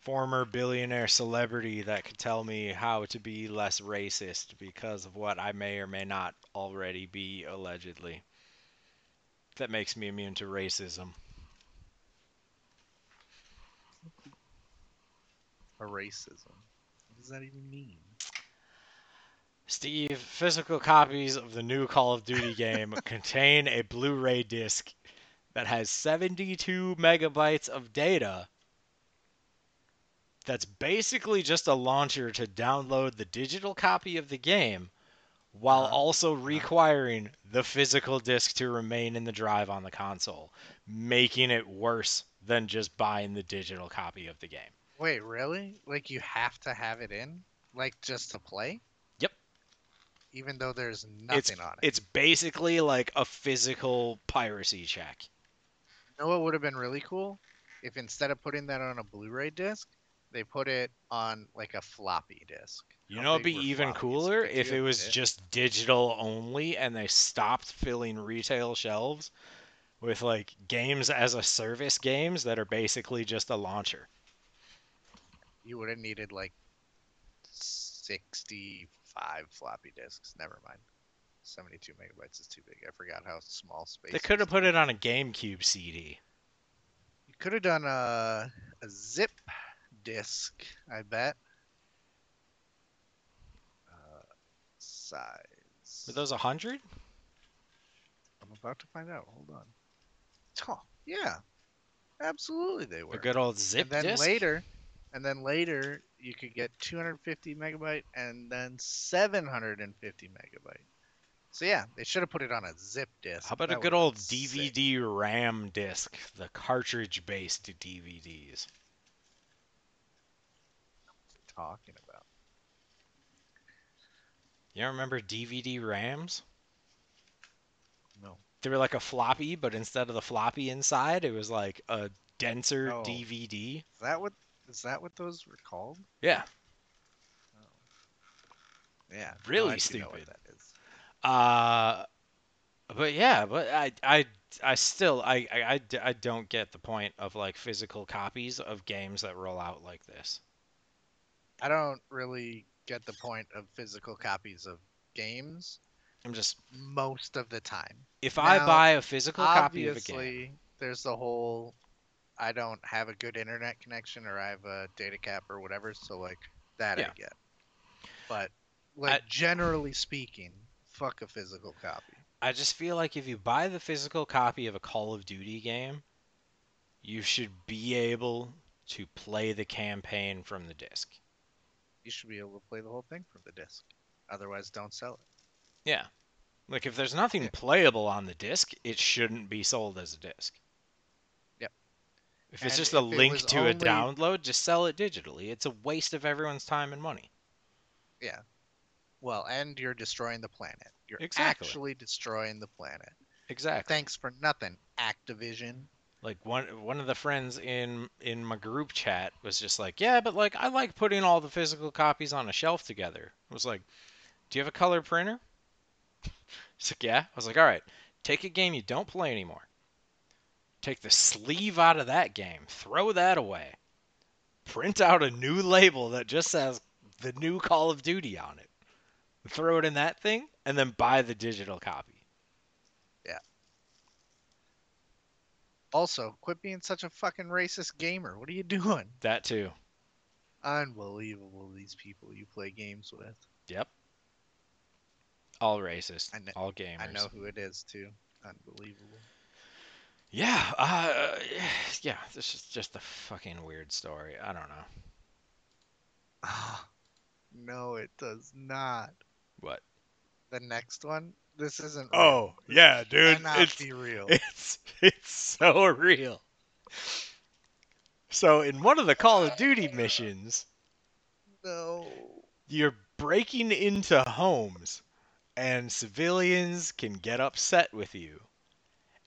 Speaker 2: former billionaire celebrity that could tell me how to be less racist because of what I may or may not already be allegedly. That makes me immune to racism.
Speaker 1: A racism. What does that even mean?
Speaker 2: Steve, physical copies of the new Call of
Speaker 1: [LAUGHS]
Speaker 2: Duty game contain a Blu ray disc that has 72 megabytes of data that's basically just a launcher to download the digital copy of the game while
Speaker 1: Uh-huh.
Speaker 2: also requiring the physical disc to remain in the drive on the console, making it worse than just buying the digital copy of the game.
Speaker 1: Wait, really? Like you have to have it in, like just to play?
Speaker 2: Yep.
Speaker 1: Even though there's nothing
Speaker 2: it's,
Speaker 1: on it.
Speaker 2: It's basically like a physical piracy check.
Speaker 1: You know what would have been really cool? If instead of putting that on a Blu-ray disc, they put it on like a floppy disc.
Speaker 2: You
Speaker 1: How
Speaker 2: know, it'd
Speaker 1: big
Speaker 2: be
Speaker 1: were
Speaker 2: even
Speaker 1: floppies?
Speaker 2: cooler
Speaker 1: Could
Speaker 2: if
Speaker 1: you
Speaker 2: it was
Speaker 1: fit?
Speaker 2: just digital only and they stopped filling retail shelves with like games as a service games that are basically just a launcher.
Speaker 1: You would have needed like sixty-five floppy discs. Never mind. Seventy-two megabytes is too big. I forgot how small space.
Speaker 2: They could
Speaker 1: is.
Speaker 2: have put it on a GameCube CD.
Speaker 1: You could have done a, a zip disc, I bet. Uh, size.
Speaker 2: Were those 100?
Speaker 1: I'm about to find out. Hold on. Huh, yeah, absolutely they were.
Speaker 2: A good old zip
Speaker 1: and then
Speaker 2: disc?
Speaker 1: later, and then later you could get 250 megabyte and then 750 megabyte. So yeah, they should have put it on a zip disc.
Speaker 2: How about
Speaker 1: That
Speaker 2: a good
Speaker 1: would've
Speaker 2: old
Speaker 1: been sick.
Speaker 2: DVD RAM disc? The cartridge based DVDs.
Speaker 1: Talking about.
Speaker 2: You don't remember DVD RAMs?
Speaker 1: No.
Speaker 2: They were like a floppy, but instead of the floppy inside, it was like a denser
Speaker 1: Oh.
Speaker 2: DVD.
Speaker 1: Is that what? Is that what those were called?
Speaker 2: Yeah.
Speaker 1: Oh. Yeah. no,
Speaker 2: Really
Speaker 1: I do know what
Speaker 2: stupid.
Speaker 1: that is.
Speaker 2: Uh, but yeah, but I, I, I still, I, I- I, d- I don't get the point of like physical copies of games that roll out like this.
Speaker 1: I don't really get the point of physical copies of games
Speaker 2: I'm just,
Speaker 1: most of the time.
Speaker 2: if I
Speaker 1: Now,
Speaker 2: buy a physical copy of a game,
Speaker 1: Obviously, there's the whole I don't have a good internet connection or I have a data cap or whatever, so like that I
Speaker 2: Yeah.
Speaker 1: get. But like generally speaking, fuck a physical copy.
Speaker 2: I just feel like if you buy the physical copy of a Call of Duty game, you should be able to play the campaign from the disc.
Speaker 1: You should be able to play the whole thing from the disc. Otherwise, don't sell it.
Speaker 2: Yeah. Like if there's nothing
Speaker 1: Yeah.
Speaker 2: playable on the disc, it shouldn't be sold as a disc.
Speaker 1: Yep.
Speaker 2: If it's
Speaker 1: And
Speaker 2: just a
Speaker 1: if it
Speaker 2: link
Speaker 1: was
Speaker 2: to a
Speaker 1: only-
Speaker 2: download, just sell it digitally. It's a waste of everyone's time and money.
Speaker 1: Well, and you're destroying the planet. You're
Speaker 2: Exactly.
Speaker 1: actually destroying the planet.
Speaker 2: Exactly.
Speaker 1: Thanks for nothing, Activision.
Speaker 2: Like one one of the friends in in my group chat was just like, "Yeah, but like I like putting all the physical copies on a shelf together." I was like, "Do you have a color printer?" [LAUGHS] He's like, "Yeah." I was like, "All right, take a game you don't play anymore. Take the sleeve out of that game, throw that away. Print out a new label that just says the new Call of Duty on it. Throw it in that thing, and then buy the digital copy."
Speaker 1: Also, quit being such a fucking racist gamer. What are you [LAUGHS] doing?
Speaker 2: That too.
Speaker 1: Unbelievable, these people you play games with.
Speaker 2: Yep. All racist.
Speaker 1: I kn-
Speaker 2: all gamers.
Speaker 1: I know who it is, too. Unbelievable. [SIGHS]
Speaker 2: Yeah. Uh, yeah. This is just a fucking weird story. I don't know
Speaker 1: no, it does not.
Speaker 2: what.
Speaker 1: The next one? This isn't.
Speaker 2: Oh yeah,
Speaker 1: real.
Speaker 2: dude.
Speaker 1: Cannot
Speaker 2: It's
Speaker 1: be real.
Speaker 2: [LAUGHS] it's it's so real. So in one of the Call of Duty missions,
Speaker 1: no.
Speaker 2: you're breaking into homes, and civilians can get upset with you.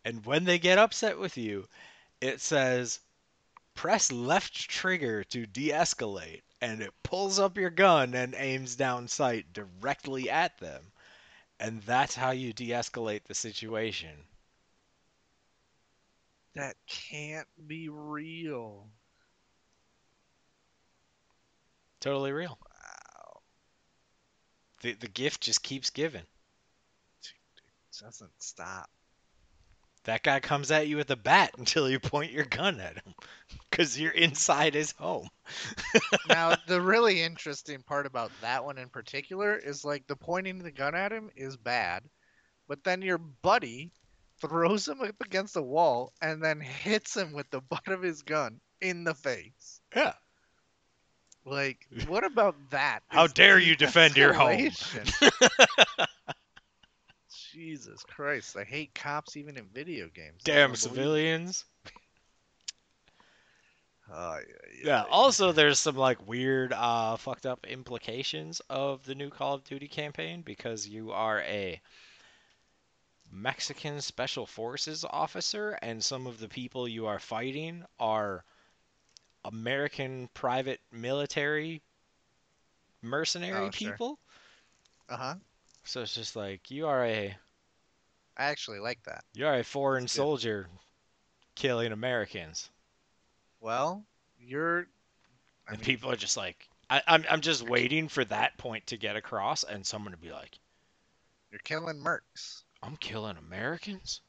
Speaker 2: And when they get upset with you, it says press left trigger to de escalate, and it pulls up your gun and aims down sight directly at them. And that's how you de escalate the situation.
Speaker 1: That can't be real.
Speaker 2: Totally real. The, the gift just keeps giving.
Speaker 1: It doesn't stop.
Speaker 2: That guy comes at you with a bat [LAUGHS] until you point your gun at him because you're inside his home.
Speaker 1: now the really interesting part about that one in particular is like the pointing the gun at him is bad but then your buddy throws him up against the wall and then hits him with the [LAUGHS] butt of his gun in the face
Speaker 2: Yeah.
Speaker 1: like what about that
Speaker 2: [LAUGHS] How
Speaker 1: is
Speaker 2: dare you defend your home? [LAUGHS]
Speaker 1: de-escalation? jesus christ i hate cops even in video games It's
Speaker 2: Damn
Speaker 1: unbelievable.
Speaker 2: civilians.
Speaker 1: Oh,
Speaker 2: Yeah. Also, there's some like weird, uh, fucked up implications of the new Call of Duty campaign because you are a Mexican Special Forces officer, and some of the people you are fighting are American private military mercenary
Speaker 1: Oh, sure.
Speaker 2: people.
Speaker 1: uh-huh
Speaker 2: So it's just like you are a
Speaker 1: i actually like that
Speaker 2: you are a foreign
Speaker 1: good.
Speaker 2: soldier killing Americans.
Speaker 1: well you're I
Speaker 2: and
Speaker 1: mean-
Speaker 2: people are just like, I, I'm, I'm just waiting for that point to get across, and someone to be like,
Speaker 1: you're killing mercs
Speaker 2: I'm killing Americans?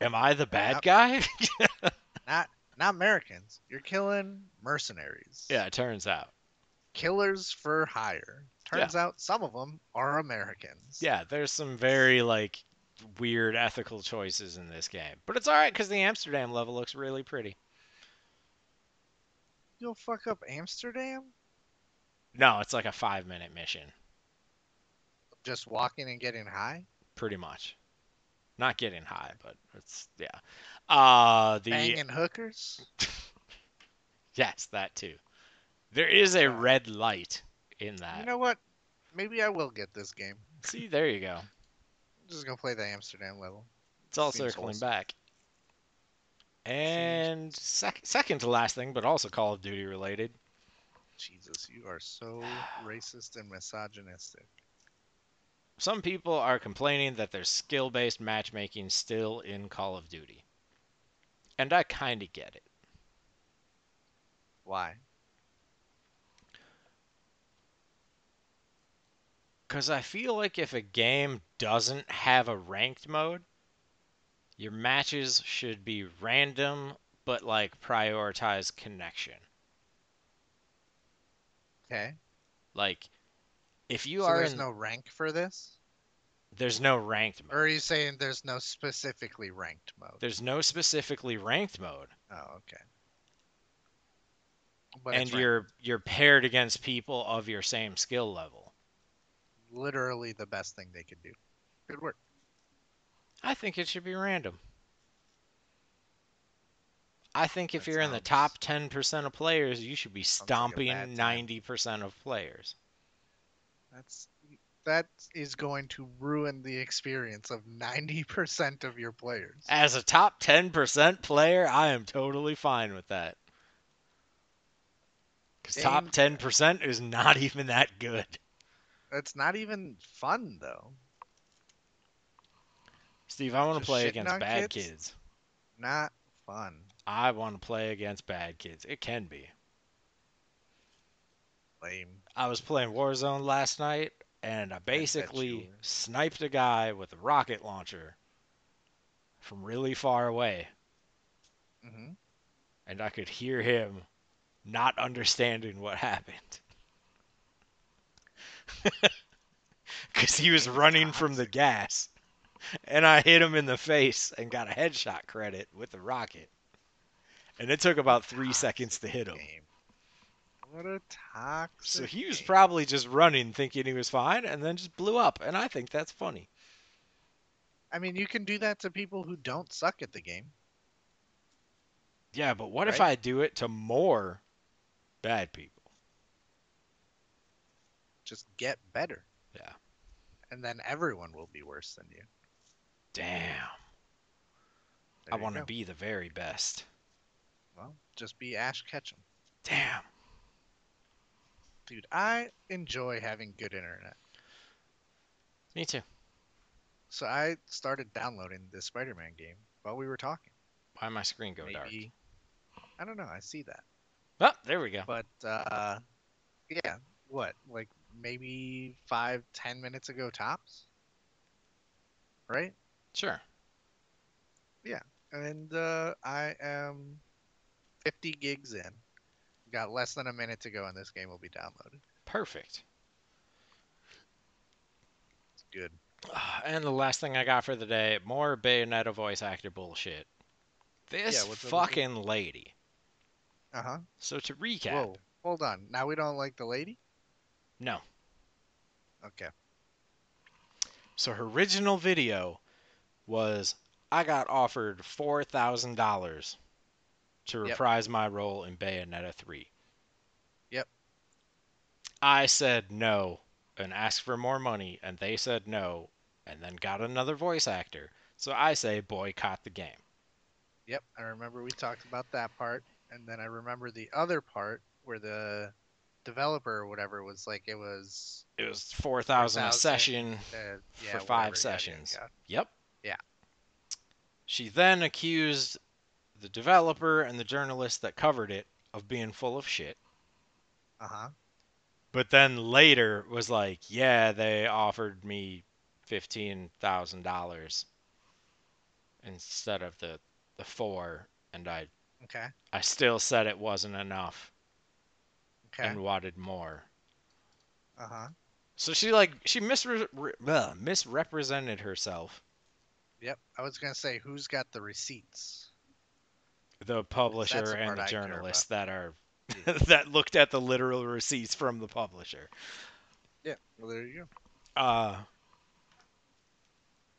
Speaker 2: Am I the bad
Speaker 1: Yep. [LAUGHS]
Speaker 2: guy? [LAUGHS]
Speaker 1: not not Americans. You're killing mercenaries.
Speaker 2: yeah, it turns out.
Speaker 1: Killers for hire. Turns out some of them are Americans.
Speaker 2: Yeah, there's some very, like, weird ethical choices in this game. But it's alright, because the Amsterdam level looks really pretty.
Speaker 1: You'll fuck up Amsterdam?
Speaker 2: No, it's like a five minute mission,
Speaker 1: Just walking and getting high?
Speaker 2: pretty much. Not getting high, but it's, yeah. Uh, the
Speaker 1: Banging hookers?
Speaker 2: Yes, that too. There is a
Speaker 1: Yeah.
Speaker 2: red light in that.
Speaker 1: You know what? Maybe I will get this game.
Speaker 2: See, there you go.
Speaker 1: I'm just gonna play the Amsterdam level.
Speaker 2: It's all
Speaker 1: Seems
Speaker 2: circling
Speaker 1: wholesome.
Speaker 2: back. And sec- second to last thing, but also Call of Duty related.
Speaker 1: Jesus, you are
Speaker 2: [SIGHS]
Speaker 1: so racist and misogynistic.
Speaker 2: Some people are complaining that there's skill based matchmaking still in Call of Duty. And I kind of get it.
Speaker 1: Why?
Speaker 2: Because I feel like if a game doesn't have a ranked mode, your matches should be random, but like prioritize connection.
Speaker 1: Okay. Like,
Speaker 2: If you
Speaker 1: so
Speaker 2: are
Speaker 1: there's
Speaker 2: in,
Speaker 1: no rank for this?
Speaker 2: there's no ranked mode.
Speaker 1: Or are you saying there's no specifically ranked mode?
Speaker 2: There's no specifically ranked mode,
Speaker 1: Oh, okay. But
Speaker 2: and
Speaker 1: it's ranked.
Speaker 2: you're you're paired against people of your same skill level.
Speaker 1: literally the best thing they could do. Good work.
Speaker 2: I think it should be random. I think if
Speaker 1: That
Speaker 2: you're in the
Speaker 1: sounds-
Speaker 2: top 10% of players, you should be
Speaker 1: like a
Speaker 2: stomping
Speaker 1: bad time.
Speaker 2: 90% of players.
Speaker 1: That's that is going to ruin the experience of 90% of your players.
Speaker 2: As a top 10% player, I am totally fine with that. Cuz top
Speaker 1: Game-
Speaker 2: 10% is not [LAUGHS] even that good.
Speaker 1: It's not even fun though.
Speaker 2: Steve, I want to
Speaker 1: Just
Speaker 2: play
Speaker 1: shitting
Speaker 2: against
Speaker 1: on
Speaker 2: bad
Speaker 1: kids?
Speaker 2: kids.
Speaker 1: Not fun.
Speaker 2: I want to play against bad kids. It can be.
Speaker 1: Lame.
Speaker 2: I was playing Warzone last night, and I
Speaker 1: you
Speaker 2: basically
Speaker 1: were.
Speaker 2: sniped a guy with a rocket launcher from really far away,
Speaker 1: hmm
Speaker 2: and I could hear him not understanding what happened. [LAUGHS] Because he was
Speaker 1: Damn,
Speaker 2: running from the
Speaker 1: toxic.
Speaker 2: gas, and I hit him in the face and got a headshot credit with the rocket. And it took about three seconds to hit him.
Speaker 1: Game. What a toxic.
Speaker 2: So he was
Speaker 1: game.
Speaker 2: probably just running thinking he was fine and then just blew up. And I think that's funny.
Speaker 1: I mean, you can do that to people who don't suck at the game.
Speaker 2: Yeah, but what if
Speaker 1: Right?
Speaker 2: I do it to more bad people?
Speaker 1: Just get better.
Speaker 2: Yeah.
Speaker 1: And then everyone will be worse than you.
Speaker 2: Damn.
Speaker 1: There
Speaker 2: I
Speaker 1: you
Speaker 2: want to
Speaker 1: go.
Speaker 2: be the very best.
Speaker 1: Well, just be Ash Ketchum.
Speaker 2: Damn.
Speaker 1: Dude, I enjoy having good internet.
Speaker 2: Me too.
Speaker 1: So I started downloading the Spider-Man game while we were talking.
Speaker 2: Why my screen go dark?
Speaker 1: I don't know. I see that,
Speaker 2: Oh, there we go.
Speaker 1: but uh, yeah, what like maybe five, ten minutes ago tops, right?
Speaker 2: Sure.
Speaker 1: and uh, I am 50 gigs in. Got less than a minute to go, and this game will be downloaded.
Speaker 2: Perfect.
Speaker 1: It's good.
Speaker 2: Ah, And the last thing I got for the day, more Bayonetta voice actor bullshit. This
Speaker 1: Yeah, what's up with
Speaker 2: fucking lady.
Speaker 1: Uh huh.
Speaker 2: So to recap,
Speaker 1: Whoa. Hold on. Now we don't like the lady?
Speaker 2: no.
Speaker 1: Okay.
Speaker 2: So her original video was I got offered four thousand dollars to
Speaker 1: Yep.
Speaker 2: reprise my role in Bayonetta three.
Speaker 1: Yep.
Speaker 2: I said no and asked for more money and they said no and then got another voice actor. So I say boycott the game.
Speaker 1: Yep. I remember we talked about that part, and then I remember the other part where the developer or whatever was like, it was
Speaker 2: It was four thousand a
Speaker 1: 4,000.
Speaker 2: session.
Speaker 1: uh, yeah,
Speaker 2: For
Speaker 1: whatever,
Speaker 2: five
Speaker 1: yada, yada,
Speaker 2: sessions.
Speaker 1: yada.
Speaker 2: Yep.
Speaker 1: Yeah.
Speaker 2: She then accused the developer and the journalist that covered it of being full of shit.
Speaker 1: Uh-huh.
Speaker 2: But then later was like, yeah, they offered me fifteen thousand dollars instead of the the four, and I
Speaker 1: Okay.
Speaker 2: I still said it wasn't enough
Speaker 1: Okay.
Speaker 2: and wanted more.
Speaker 1: Uh-huh.
Speaker 2: So she like she misre- re- bleh, misrepresented herself.
Speaker 1: Yep. I was going to say, who's got the receipts?
Speaker 2: The publisher
Speaker 1: the
Speaker 2: and
Speaker 1: part
Speaker 2: the
Speaker 1: I care
Speaker 2: journalist that are [LAUGHS] that looked at the literal receipts from the publisher.
Speaker 1: Yeah. Well, there you go.
Speaker 2: Uh,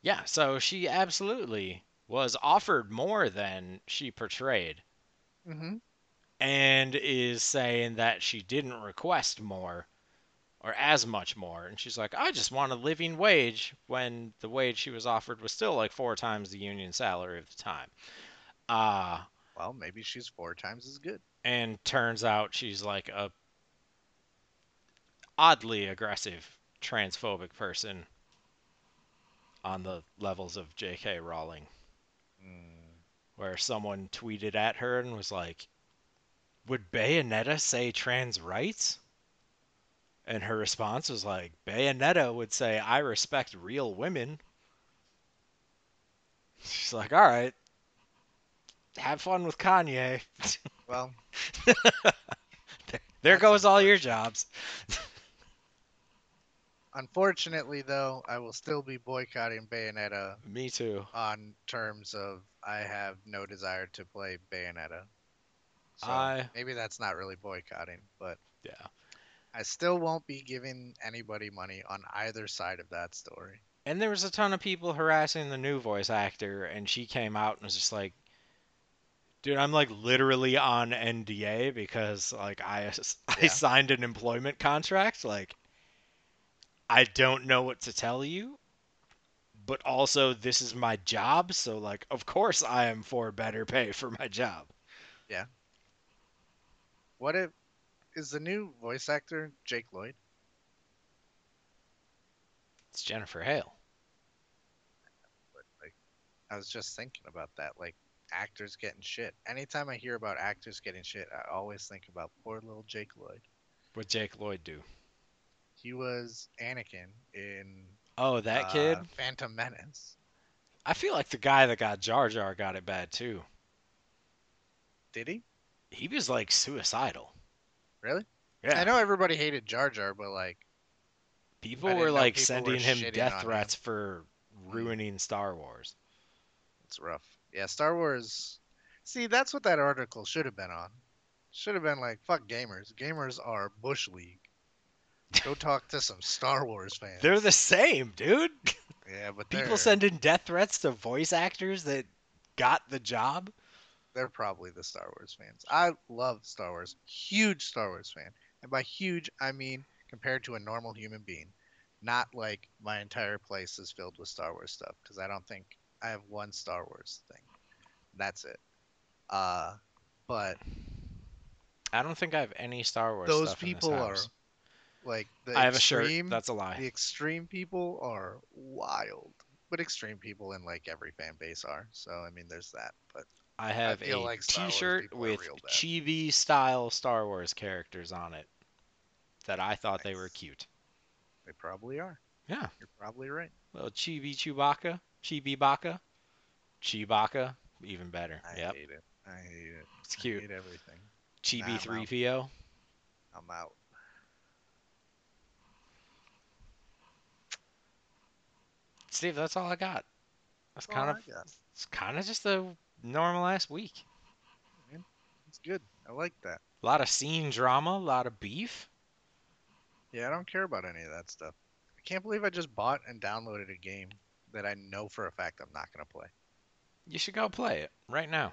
Speaker 2: yeah, so she absolutely was offered more than she portrayed
Speaker 1: Mm-hmm.
Speaker 2: and is saying that she didn't request more or as much more. And she's like, I just want a living wage when the wage she was offered was still like four times the union salary of the time. Uh,
Speaker 1: Well, maybe she's four times as good.
Speaker 2: and turns out she's like a oddly aggressive transphobic person on the levels of JK Rowling
Speaker 1: Mm.
Speaker 2: where someone tweeted at her and was like would Bayonetta say trans rights? And her response was like Bayonetta would say I respect real women. She's like all right. Have fun with Kanye. [LAUGHS]
Speaker 1: Well,
Speaker 2: There
Speaker 1: That's
Speaker 2: goes all your jobs.
Speaker 1: unfortunately, though, I will still be boycotting Bayonetta
Speaker 2: Me too.
Speaker 1: on terms of I have no desire to play Bayonetta. So
Speaker 2: I-
Speaker 1: maybe that's not really boycotting, but
Speaker 2: Yeah.
Speaker 1: I still won't be giving anybody money on either side of that story.
Speaker 2: And there was a ton of people harassing the new voice actor, and she came out and was just like, "Dude, I'm like literally on NDA because like I [LAUGHS] I
Speaker 1: Yeah.
Speaker 2: signed an employment contract. Like, I don't know what to tell you, but also this is my job, so like, of course I am for better pay for my job.
Speaker 1: What if is the new voice actor Jake Lloyd?
Speaker 2: It's Jennifer Hale.
Speaker 1: I was just thinking about that, like actors getting shit. Anytime I hear about actors getting shit, I always think about poor little Jake Lloyd.
Speaker 2: What Jake Lloyd do?
Speaker 1: He was Anakin in
Speaker 2: Oh, that
Speaker 1: uh,
Speaker 2: kid.
Speaker 1: Phantom Menace.
Speaker 2: I feel like the guy that got Jar Jar got it bad too.
Speaker 1: Did he?
Speaker 2: He was like suicidal.
Speaker 1: Really?
Speaker 2: Yeah.
Speaker 1: I
Speaker 2: [LAUGHS]
Speaker 1: know everybody hated Jar Jar, but like, I
Speaker 2: People
Speaker 1: didn't
Speaker 2: were
Speaker 1: know
Speaker 2: like
Speaker 1: people
Speaker 2: sending
Speaker 1: were
Speaker 2: him
Speaker 1: shitting on
Speaker 2: death
Speaker 1: him.
Speaker 2: threats for ruining Star Wars.
Speaker 1: it's rough. Yeah, Star Wars. See, that's what that article should have been on. Should have been like, fuck gamers. Gamers are Bush League. Go talk to some Star Wars fans.
Speaker 2: They're the same, dude.
Speaker 1: yeah, but
Speaker 2: People
Speaker 1: they're,
Speaker 2: sending death threats to voice actors that got the job.
Speaker 1: they're probably the Star Wars fans. I love Star Wars. Huge Star Wars fan. And by huge, I mean compared to a normal human being. Not like my entire place is filled with Star Wars stuff because I don't think I have one Star Wars thing. That's it. Uh, but
Speaker 2: I don't think I have any Star Wars.
Speaker 1: those
Speaker 2: stuff in this
Speaker 1: people are
Speaker 2: house.
Speaker 1: like the
Speaker 2: I have a shirt.
Speaker 1: extreme,
Speaker 2: That's a lie.
Speaker 1: the extreme people are wild, but extreme people in like every fan base are. So I mean, there's that. But
Speaker 2: I have a
Speaker 1: feel like Star Wars
Speaker 2: shirt
Speaker 1: people are
Speaker 2: with
Speaker 1: real bad.
Speaker 2: chibi style Star Wars characters on it that I thought they
Speaker 1: Nice.
Speaker 2: were cute.
Speaker 1: they probably are.
Speaker 2: Yeah.
Speaker 1: You're probably right.
Speaker 2: Little chibi Chewbacca, Chibibaka. Chibaka, even better.
Speaker 1: I
Speaker 2: yep,
Speaker 1: hate it. I hate it.
Speaker 2: it's
Speaker 1: I
Speaker 2: cute.
Speaker 1: hate everything. Nah, I'm
Speaker 2: Chibi
Speaker 1: out.
Speaker 2: 3PO.
Speaker 1: I'm out.
Speaker 2: Steve, that's all I got.
Speaker 1: That's
Speaker 2: That's
Speaker 1: all
Speaker 2: kind of
Speaker 1: I got.
Speaker 2: it's kind of just a normal last week.
Speaker 1: It's good. I like that.
Speaker 2: A lot of scene drama, a lot of beef.
Speaker 1: Yeah, I don't care about any of that stuff. I can't believe I just bought and downloaded a game that I know for a fact I'm not gonna play.
Speaker 2: You should go play it right now.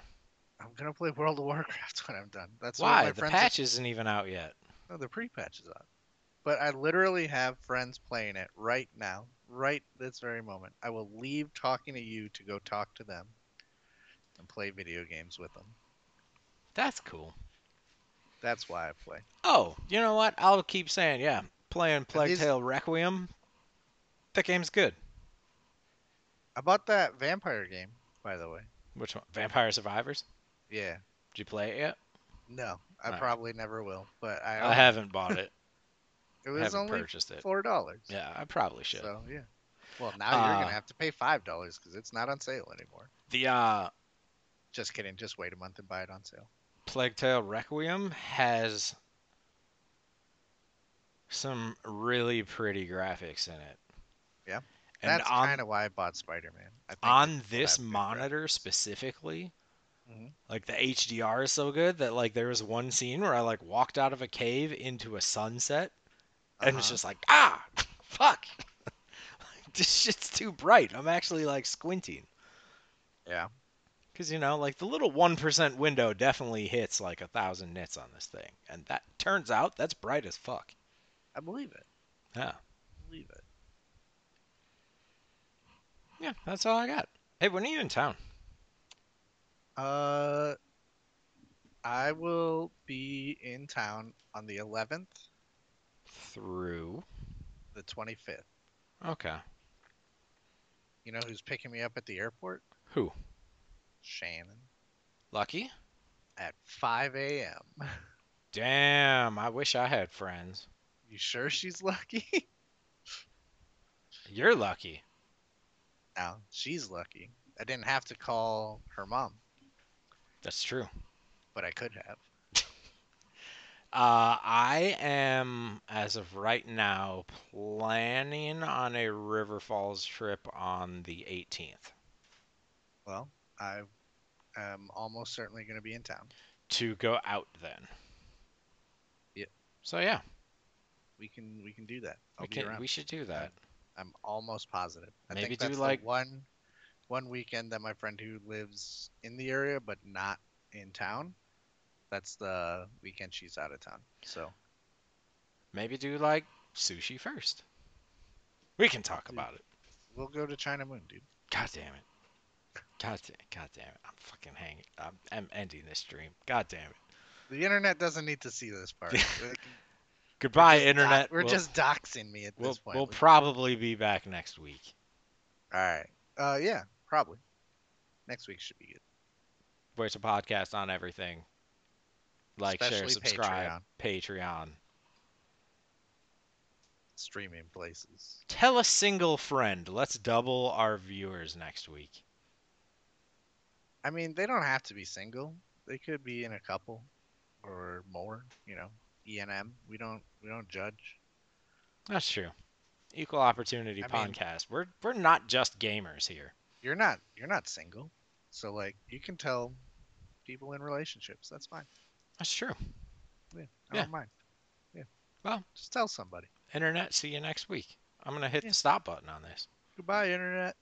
Speaker 1: I'm gonna play World of Warcraft [LAUGHS] when I'm done. That's What
Speaker 2: Why?
Speaker 1: my
Speaker 2: The
Speaker 1: friends
Speaker 2: patch isn't even out yet.
Speaker 1: Are, no, the pre-patch is on. But I literally have friends playing it right now, right this very moment. I will leave talking to you to go talk to them and play video games with them.
Speaker 2: That's cool.
Speaker 1: That's why I play.
Speaker 2: Oh, you know what? I'll keep saying, yeah, playing Plague
Speaker 1: these-
Speaker 2: Tale Requiem. That game's good.
Speaker 1: I bought that vampire game, by the way.
Speaker 2: Which one? Vampire Survivors?
Speaker 1: Yeah.
Speaker 2: Did you play it yet?
Speaker 1: No, I
Speaker 2: Alright.
Speaker 1: probably never will. But I,
Speaker 2: I haven't bought it.
Speaker 1: [LAUGHS] it
Speaker 2: I
Speaker 1: was
Speaker 2: haven't
Speaker 1: only
Speaker 2: purchased it.
Speaker 1: four dollars.
Speaker 2: Yeah, I probably should.
Speaker 1: So yeah. Well, now you're
Speaker 2: Uh,
Speaker 1: gonna have to pay five dollars because it's not on sale anymore.
Speaker 2: The uh,
Speaker 1: Just kidding. Just wait a month and buy it on sale.
Speaker 2: Plague Tale Requiem has some really pretty graphics in it.
Speaker 1: Yeah.
Speaker 2: And
Speaker 1: That's
Speaker 2: on,
Speaker 1: kind of why I bought Spider-Man. I think
Speaker 2: on this
Speaker 1: graphic graphics.
Speaker 2: monitor specifically,
Speaker 1: Mhm.
Speaker 2: like the HDR is so good that like there was one scene where I like walked out of a cave into a sunset and it's
Speaker 1: Uh-huh.
Speaker 2: just like ah [LAUGHS] fuck this shit's too bright. I'm actually like squinting.
Speaker 1: Yeah.
Speaker 2: Cause you know, like the little one percent window definitely hits like a thousand nits on this thing, and that turns out that's bright as fuck.
Speaker 1: I believe it.
Speaker 2: Yeah,
Speaker 1: I believe it.
Speaker 2: yeah, that's all I got. Hey, when are you in town?
Speaker 1: Uh, I will be in town on the 11th,
Speaker 2: Through.
Speaker 1: the 25th.
Speaker 2: Okay.
Speaker 1: You know who's picking me up at the airport?
Speaker 2: Who?
Speaker 1: Shannon
Speaker 2: Lucky.
Speaker 1: at 5 a.m.
Speaker 2: Damn, I wish I had friends.
Speaker 1: You sure she's lucky? [LAUGHS]
Speaker 2: You're lucky.
Speaker 1: no, she's lucky. I didn't have to call her mom,
Speaker 2: That's true.
Speaker 1: but I could have.
Speaker 2: Uh, I am, as of right now, planning on a River Falls trip on the 18th
Speaker 1: Well, I am almost certainly going to be in town.
Speaker 2: to go out then.
Speaker 1: Yep.
Speaker 2: So yeah,
Speaker 1: We can we can do that. I'll
Speaker 2: we,
Speaker 1: be
Speaker 2: can,
Speaker 1: around.
Speaker 2: we should do that.
Speaker 1: I'm almost positive. I
Speaker 2: Maybe
Speaker 1: think
Speaker 2: do
Speaker 1: that's
Speaker 2: like-
Speaker 1: the one one weekend that my friend who lives in the area but not in town. That's the weekend she's out of town. So
Speaker 2: Maybe do like sushi first. We can talk
Speaker 1: Dude.
Speaker 2: about it.
Speaker 1: we'll go to China Moon, dude.
Speaker 2: God damn it. God, da- God damn it. I'm fucking hanging. I'm, I'm ending this stream. God damn it.
Speaker 1: The internet doesn't need to see this
Speaker 2: [LAUGHS]
Speaker 1: part. Like,
Speaker 2: Goodbye,
Speaker 1: doc-
Speaker 2: internet.
Speaker 1: we're
Speaker 2: We'll-
Speaker 1: just doxing me at
Speaker 2: We'll,
Speaker 1: this point.
Speaker 2: we'll probably be back next week.
Speaker 1: All right. Uh, yeah, probably. Next week should be good.
Speaker 2: Voice a podcast on everything. Like, share,
Speaker 1: Especially
Speaker 2: subscribe, Patreon.
Speaker 1: Streaming places.
Speaker 2: Tell a single friend. Let's double our viewers next week.
Speaker 1: I mean, they don't have to be single. They could be in a couple or more. You know, E and M. We don't we don't judge.
Speaker 2: That's true. Equal opportunity
Speaker 1: I mean-
Speaker 2: podcast. we're we're not just gamers here.
Speaker 1: You're not you're not single, so like you can tell people in relationships. That's fine.
Speaker 2: That's true.
Speaker 1: I
Speaker 2: Yeah.
Speaker 1: don't mind. Yeah.
Speaker 2: Well.
Speaker 1: just tell somebody.
Speaker 2: Internet, see you next week. I'm gonna hit
Speaker 1: Yeah.
Speaker 2: the stop button on this.
Speaker 1: Goodbye, internet.